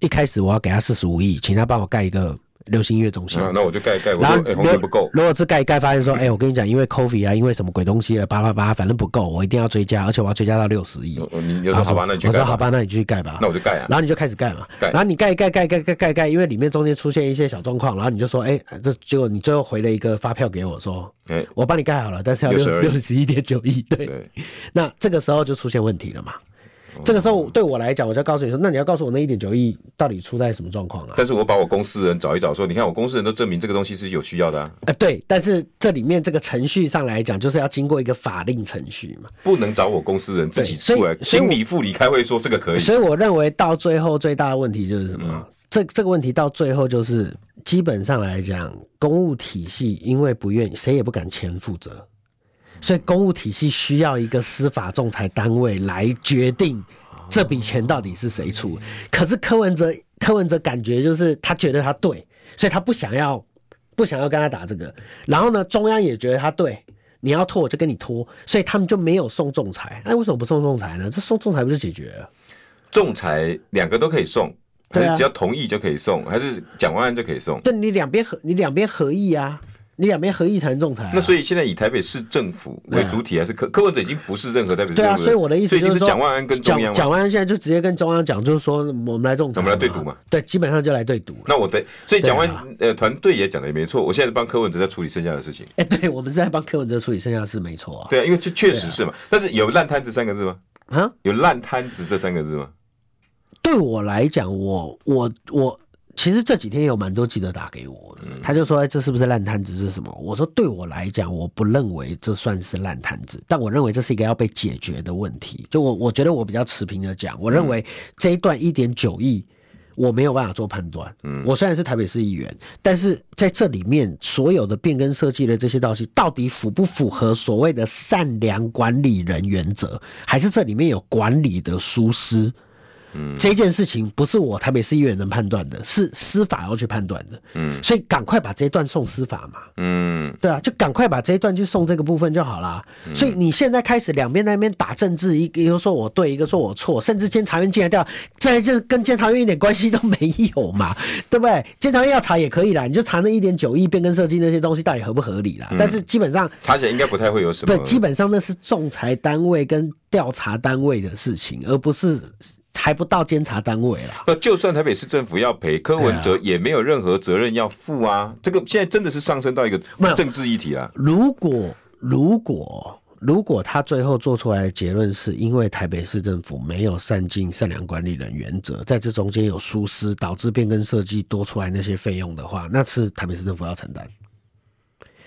[SPEAKER 2] 一开始我要给他四十五亿，请他帮我盖一个流行音乐中心。
[SPEAKER 1] 啊，那我就盖一盖，我
[SPEAKER 2] 然后
[SPEAKER 1] 说哎，红点不够，
[SPEAKER 2] 如果是盖一盖，发现说，哎、我跟你讲，因为 COVID 啊，因为什么鬼东西了，叭叭叭，反正不够，我一定要追加，而且我要追加到六十亿。
[SPEAKER 1] 我哦你就说好吧，那你去
[SPEAKER 2] 我
[SPEAKER 1] 盖
[SPEAKER 2] 说
[SPEAKER 1] 吧，
[SPEAKER 2] 好吧，那你去盖吧。
[SPEAKER 1] 那我就盖啊，
[SPEAKER 2] 然后你就开始盖嘛，
[SPEAKER 1] 盖
[SPEAKER 2] 然后你盖盖盖盖盖盖盖，因为里面中间出现一些小状况，然后你就说，哎，这结果你最后回了一个发票给我说，
[SPEAKER 1] 哎，
[SPEAKER 2] 我帮你盖好了，但是要六
[SPEAKER 1] 62
[SPEAKER 2] 六十一点九亿，对，
[SPEAKER 1] 对，
[SPEAKER 2] 那这个时候就出现问题了嘛。这个时候对我来讲，我就要告诉你说，那你要告诉我那一点九亿到底出在什么状况啊？
[SPEAKER 1] 但是我把我公司人找一找，说你看我公司人都证明这个东西是有需要的啊，
[SPEAKER 2] 啊，对，但是这里面这个程序上来讲，就是要经过一个法令程序嘛，
[SPEAKER 1] 不能找我公司人自己
[SPEAKER 2] 对所以
[SPEAKER 1] 出来，
[SPEAKER 2] 所以我
[SPEAKER 1] 经理副理开会说这个可以，嗯
[SPEAKER 2] 所以我认为到最后最大的问题就是什么？这这个问题到最后就是基本上来讲，公务体系因为不愿意，谁也不敢钱负责，所以公务体系需要一个司法仲裁单位来决定这笔钱到底是谁
[SPEAKER 1] 哦
[SPEAKER 2] 出。可是柯文哲，柯文哲感觉就是他觉得他对，所以他不想要不想要跟他打这个。然后呢，中央也觉得他对，你要拖我就跟你拖，所以他们就没有送仲裁。那、为什么不送仲裁呢？这送仲裁不就解决了？
[SPEAKER 1] 仲裁两个都可以送，还
[SPEAKER 2] 对啊
[SPEAKER 1] 是只要同意就可以送，还是讲完案就可以送？
[SPEAKER 2] 对你两边合，你两边合意啊，你两边合意才能仲裁啊、
[SPEAKER 1] 那所以现在以台北市政府为主体，还是柯柯文哲已经不是任何代表市
[SPEAKER 2] 对
[SPEAKER 1] 政
[SPEAKER 2] 啊，
[SPEAKER 1] 府的人，
[SPEAKER 2] 所以我的意思
[SPEAKER 1] 所以
[SPEAKER 2] 就
[SPEAKER 1] 就是是
[SPEAKER 2] 说，
[SPEAKER 1] 蒋万安跟中央
[SPEAKER 2] 蒋蒋
[SPEAKER 1] 嘛。
[SPEAKER 2] 万安现在就直接跟中央讲，就是说我们来仲裁，
[SPEAKER 1] 我们来对赌嘛。
[SPEAKER 2] 对，基本上就来对赌了。
[SPEAKER 1] 那我的，所以蒋万、
[SPEAKER 2] 对啊
[SPEAKER 1] 呃团队也讲的也没错，我现在帮柯文哲在处理剩下的事情，
[SPEAKER 2] 哎、对，我们是在帮柯文哲处理剩下的事，没错啊。
[SPEAKER 1] 对啊，因为这确实是嘛。但是有烂摊子三个字吗？
[SPEAKER 2] 啊，
[SPEAKER 1] 有烂摊子这三个字吗？
[SPEAKER 2] 对我来讲，我我我，其实这几天有蛮多记者打给我的，他就说、哎这是不是烂摊子是什么？我说对我来讲，我不认为这算是烂摊子，但我认为这是一个要被解决的问题。就我我觉得我比较持平的讲，我认为这一段一点九亿。我没有办法做判断。嗯，我虽然是台北市议员，但是在这里面所有的变更设计的这些东西，到底符不符合所谓的善良管理人原则，还是这里面有管理的疏失？这件事情不是我台北市议员能判断的，是司法要去判断的。嗯，所以赶快把这一段送司法嘛。
[SPEAKER 1] 嗯，
[SPEAKER 2] 对啊，就赶快把这一段去送这个部分就好啦。所以你现在开始两边在那边打政治，一个一个说我对，一个说我错，甚至监察院进来调，这这跟监察院一点关系都没有嘛， 对不对？监察院要查也可以啦，你就查那一点九亿变更设计那些东西到底合不合理啦。但是基本上
[SPEAKER 1] 查起来应该不太会有什么
[SPEAKER 2] 不，。基本上那是仲裁单位跟调查单位的事情，而不是还不到监察单位啦。
[SPEAKER 1] 那就算台北市政府要赔，柯文
[SPEAKER 2] 对啊
[SPEAKER 1] 哲也没有任何责任要负啊。这个现在真的是上升到一个
[SPEAKER 2] 没有
[SPEAKER 1] 政治议题啦。
[SPEAKER 2] 如果如果如果他最后做出来的结论是因为台北市政府没有善尽善良管理人原则，在这中间有疏失，导致变更设计多出来那些费用的话，那是台北市政府要承担。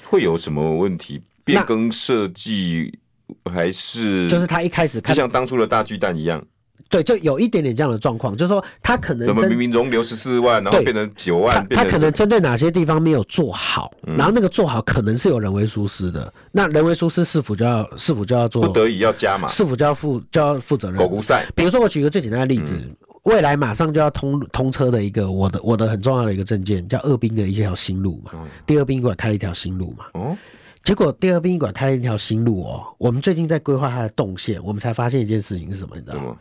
[SPEAKER 1] 会有什么问题？
[SPEAKER 2] 那
[SPEAKER 1] 变更设计还是
[SPEAKER 2] 就是他一开始
[SPEAKER 1] 嗯就
[SPEAKER 2] 看
[SPEAKER 1] 像当初的大巨蛋一样，
[SPEAKER 2] 对，就有一点点这样的状况，就是说他可能
[SPEAKER 1] 怎么
[SPEAKER 2] 真
[SPEAKER 1] 明明容留十四万，然后
[SPEAKER 2] 对
[SPEAKER 1] 变成九
[SPEAKER 2] 他
[SPEAKER 1] 万，变
[SPEAKER 2] 他
[SPEAKER 1] 成嗯
[SPEAKER 2] 可能针对哪些地方没有做好，然后那个做好可能是有人为疏失的，那人为疏失是否就要是否就要
[SPEAKER 1] 不
[SPEAKER 2] 做，
[SPEAKER 1] 得已要加码
[SPEAKER 2] 是否就要负就要负责任？
[SPEAKER 1] 狗骨赛。
[SPEAKER 2] 比如说，我举个最简单的例子，
[SPEAKER 1] 嗯
[SPEAKER 2] 未来马上就要通通车的一个我的我的很重要的一个证件，叫二滨的一条新路嘛。第二滨医馆开了一条新路嘛，
[SPEAKER 1] 哦，
[SPEAKER 2] 结果第二滨医馆开了一条新路哦。我们最近在规划它的动线，我们才发现一件事情是什么？你知道
[SPEAKER 1] 什
[SPEAKER 2] 吗
[SPEAKER 1] 么？？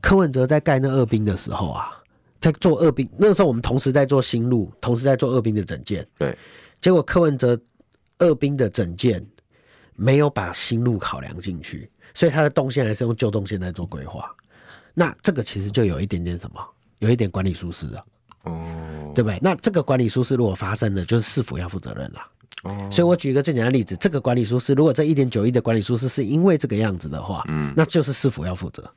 [SPEAKER 2] 柯文哲在盖那二滨的时候啊，在做二滨，那个时候我们同时在做新路，同时在做二滨的整建，
[SPEAKER 1] 对，
[SPEAKER 2] 结果柯文哲二滨的整建没有把新路考量进去，所以它的动线还是用旧动线在做规划。那这个其实就有一点点什么，有一点管理疏失啊，
[SPEAKER 1] 哦，
[SPEAKER 2] 对不对？那这个管理疏失如果发生了，就是市府要负责任啦。
[SPEAKER 1] 哦
[SPEAKER 2] 所以我举一个最简单的例子，这个管理疏失，如果这一点九亿的管理疏失是因为这个样子的话，嗯，那就是市府要负责。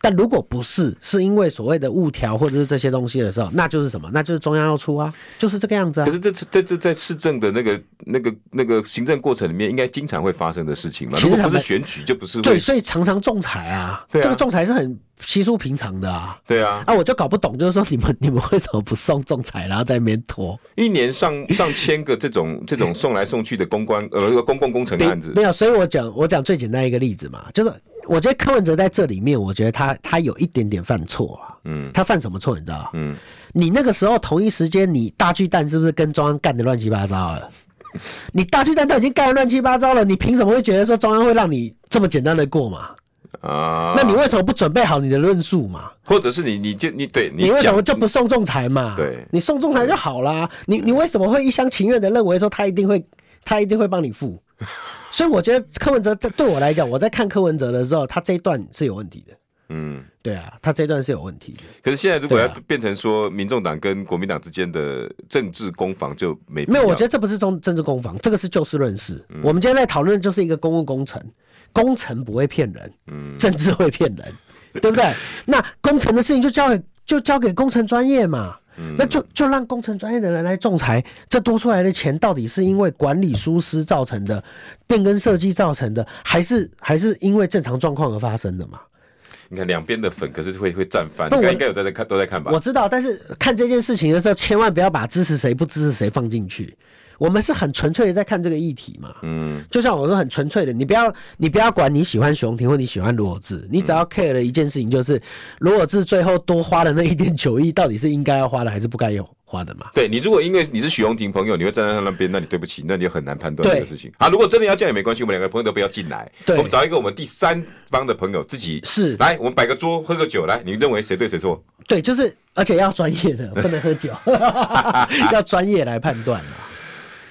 [SPEAKER 2] 但如果不是，是因为所谓的误调或者是这些东西的时候，那就是什么？那就是中央要出啊，就是这个样子啊
[SPEAKER 1] 可。是这这这在市政的那个那个那个行政过程里面，应该经常会发生的事情嘛。
[SPEAKER 2] 其实
[SPEAKER 1] 如果不
[SPEAKER 2] 他
[SPEAKER 1] 是
[SPEAKER 2] 们
[SPEAKER 1] 选举，就不是
[SPEAKER 2] 对，
[SPEAKER 1] 会
[SPEAKER 2] 所以常常仲裁啊，
[SPEAKER 1] 对啊
[SPEAKER 2] 这个仲裁是很稀疏平常的啊。
[SPEAKER 1] 对啊，
[SPEAKER 2] 啊，我就搞不懂，就是说你们你们为什么不送仲裁，然后在那边拖？
[SPEAKER 1] 一年上上千个这种这种送来送去的公关呃公共工程案子
[SPEAKER 2] 没，有，所以我讲我讲最简单一个例子嘛，就是我觉得柯文哲在这里面，我觉得他他有一点点犯错啊。
[SPEAKER 1] 嗯
[SPEAKER 2] 他犯什么错？你知道？
[SPEAKER 1] 嗯，
[SPEAKER 2] 你那个时候同一时间，你大巨蛋是不是跟中央干的乱七八糟了？ 你大巨蛋都已经干得乱七八糟了，你凭什么会觉得说中央会让你这么简单的过嘛？
[SPEAKER 1] 啊，
[SPEAKER 2] 那你为什么不准备好你的论述嘛？
[SPEAKER 1] 或者是你你就你对
[SPEAKER 2] 你为什
[SPEAKER 1] 讲
[SPEAKER 2] 么就不送仲裁嘛？
[SPEAKER 1] 对
[SPEAKER 2] 你送仲裁就好啦。你你为什么会一厢情愿的认为说他一定会他一定会帮你付？ 所以我觉得柯文哲在对我来讲，我在看柯文哲的时候，他这一段是有问题的。
[SPEAKER 1] 嗯？
[SPEAKER 2] 对啊，他这一段是有问题的。
[SPEAKER 1] 可是现在如果要
[SPEAKER 2] 对啊
[SPEAKER 1] 变成说民众党跟国民党之间的政治攻防，就没必
[SPEAKER 2] 没有，我
[SPEAKER 1] 要嗯
[SPEAKER 2] 觉得这不是中政治攻防，这个是就事论事。我们今天在讨论的就是一个公共工程，工程不会骗人，
[SPEAKER 1] 嗯
[SPEAKER 2] 政治会骗人， 对不对？那工程的事情就交给就交给工程专业嘛，
[SPEAKER 1] 嗯
[SPEAKER 2] 那就就让工程专业的人来仲裁，这多出来的钱到底是因为管理疏失造成的，变更设计造成的，还是还是因为正常状况而发生的嘛？
[SPEAKER 1] 你看两边的粉，可是会会站翻，
[SPEAKER 2] 不
[SPEAKER 1] 应该
[SPEAKER 2] 我
[SPEAKER 1] 应该有在在看都在看吧
[SPEAKER 2] 我？知道，但是看这件事情的时候，千万不要把支持谁不支持谁放进去。我们是很纯粹的在看这个议题嘛，嗯，就像我说很纯粹的，你不要你不要管你喜欢熊廷或你喜欢罗有志，你只要 care 的一件事情就是罗有志最后多花的那一点九亿到底是应该要花的还是不该要花的嘛？
[SPEAKER 1] 对你如果因为你是许荣婷朋友，你会站在他那边，那你对不起，那你就很难判断
[SPEAKER 2] 对
[SPEAKER 1] 这个事情啊。如果真的要这样也没关系，我们两个朋友都不要进来，
[SPEAKER 2] 对
[SPEAKER 1] 我们找一个我们第三方的朋友自己
[SPEAKER 2] 是
[SPEAKER 1] 来，我们摆个桌喝个酒来，你认为谁对谁错？
[SPEAKER 2] 对，就是而且要专业的，不能喝酒，啊 要专业来判断啊。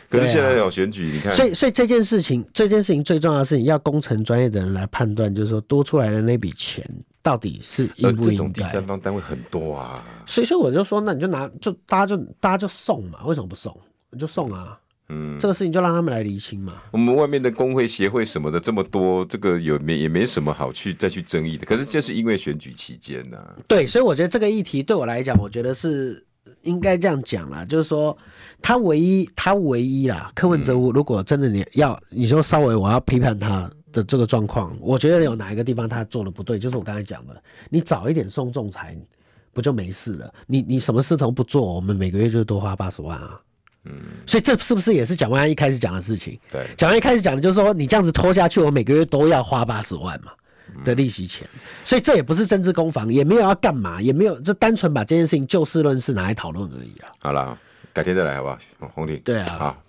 [SPEAKER 1] 可是
[SPEAKER 2] 对啊
[SPEAKER 1] 现在有选举，你看，
[SPEAKER 2] 所以，所以这件事情，这件事情最重要的事情，要工程专业的人来判断，就是说多出来的那笔钱到底是
[SPEAKER 1] 呃
[SPEAKER 2] 应不
[SPEAKER 1] 这种
[SPEAKER 2] 应
[SPEAKER 1] 第
[SPEAKER 2] 该。
[SPEAKER 1] 三方单位很多啊，
[SPEAKER 2] 所以，所以我就说，那你就拿，就大家就大家就送嘛，为什么不送？你就送啊，
[SPEAKER 1] 嗯。
[SPEAKER 2] 这个事情就让他们来厘清嘛。
[SPEAKER 1] 我们外面的工会、协会什么的这么多，这个有没也没什么好去再去争议的。可是就是因为选举期间啊呢、
[SPEAKER 2] 对，所以我觉得这个议题对我来讲，我觉得是应该这样讲啦，就是说他唯一，他唯一啦，柯文哲，
[SPEAKER 1] 嗯
[SPEAKER 2] 如果真的你要，你说稍微我要批判他。的这个状况，我觉得有哪一个地方他做的不对，就是我刚才讲的，你早一点送仲裁，不就没事了？你你什么事都不做，我们每个月就多花八十万啊。嗯，所以这是不是也是蒋万安一开始讲的事情？
[SPEAKER 1] 对
[SPEAKER 2] 蒋万安一开始讲的就是说，你这样子拖下去，我每个月都要花八十万嘛的利息钱。所以这也不是政治攻防，也没有要干嘛，也没有就单纯把这件事情就事论事拿来讨论而已啊。
[SPEAKER 1] 好了，改天再来好不好？洪婷，
[SPEAKER 2] 对啊
[SPEAKER 1] 好。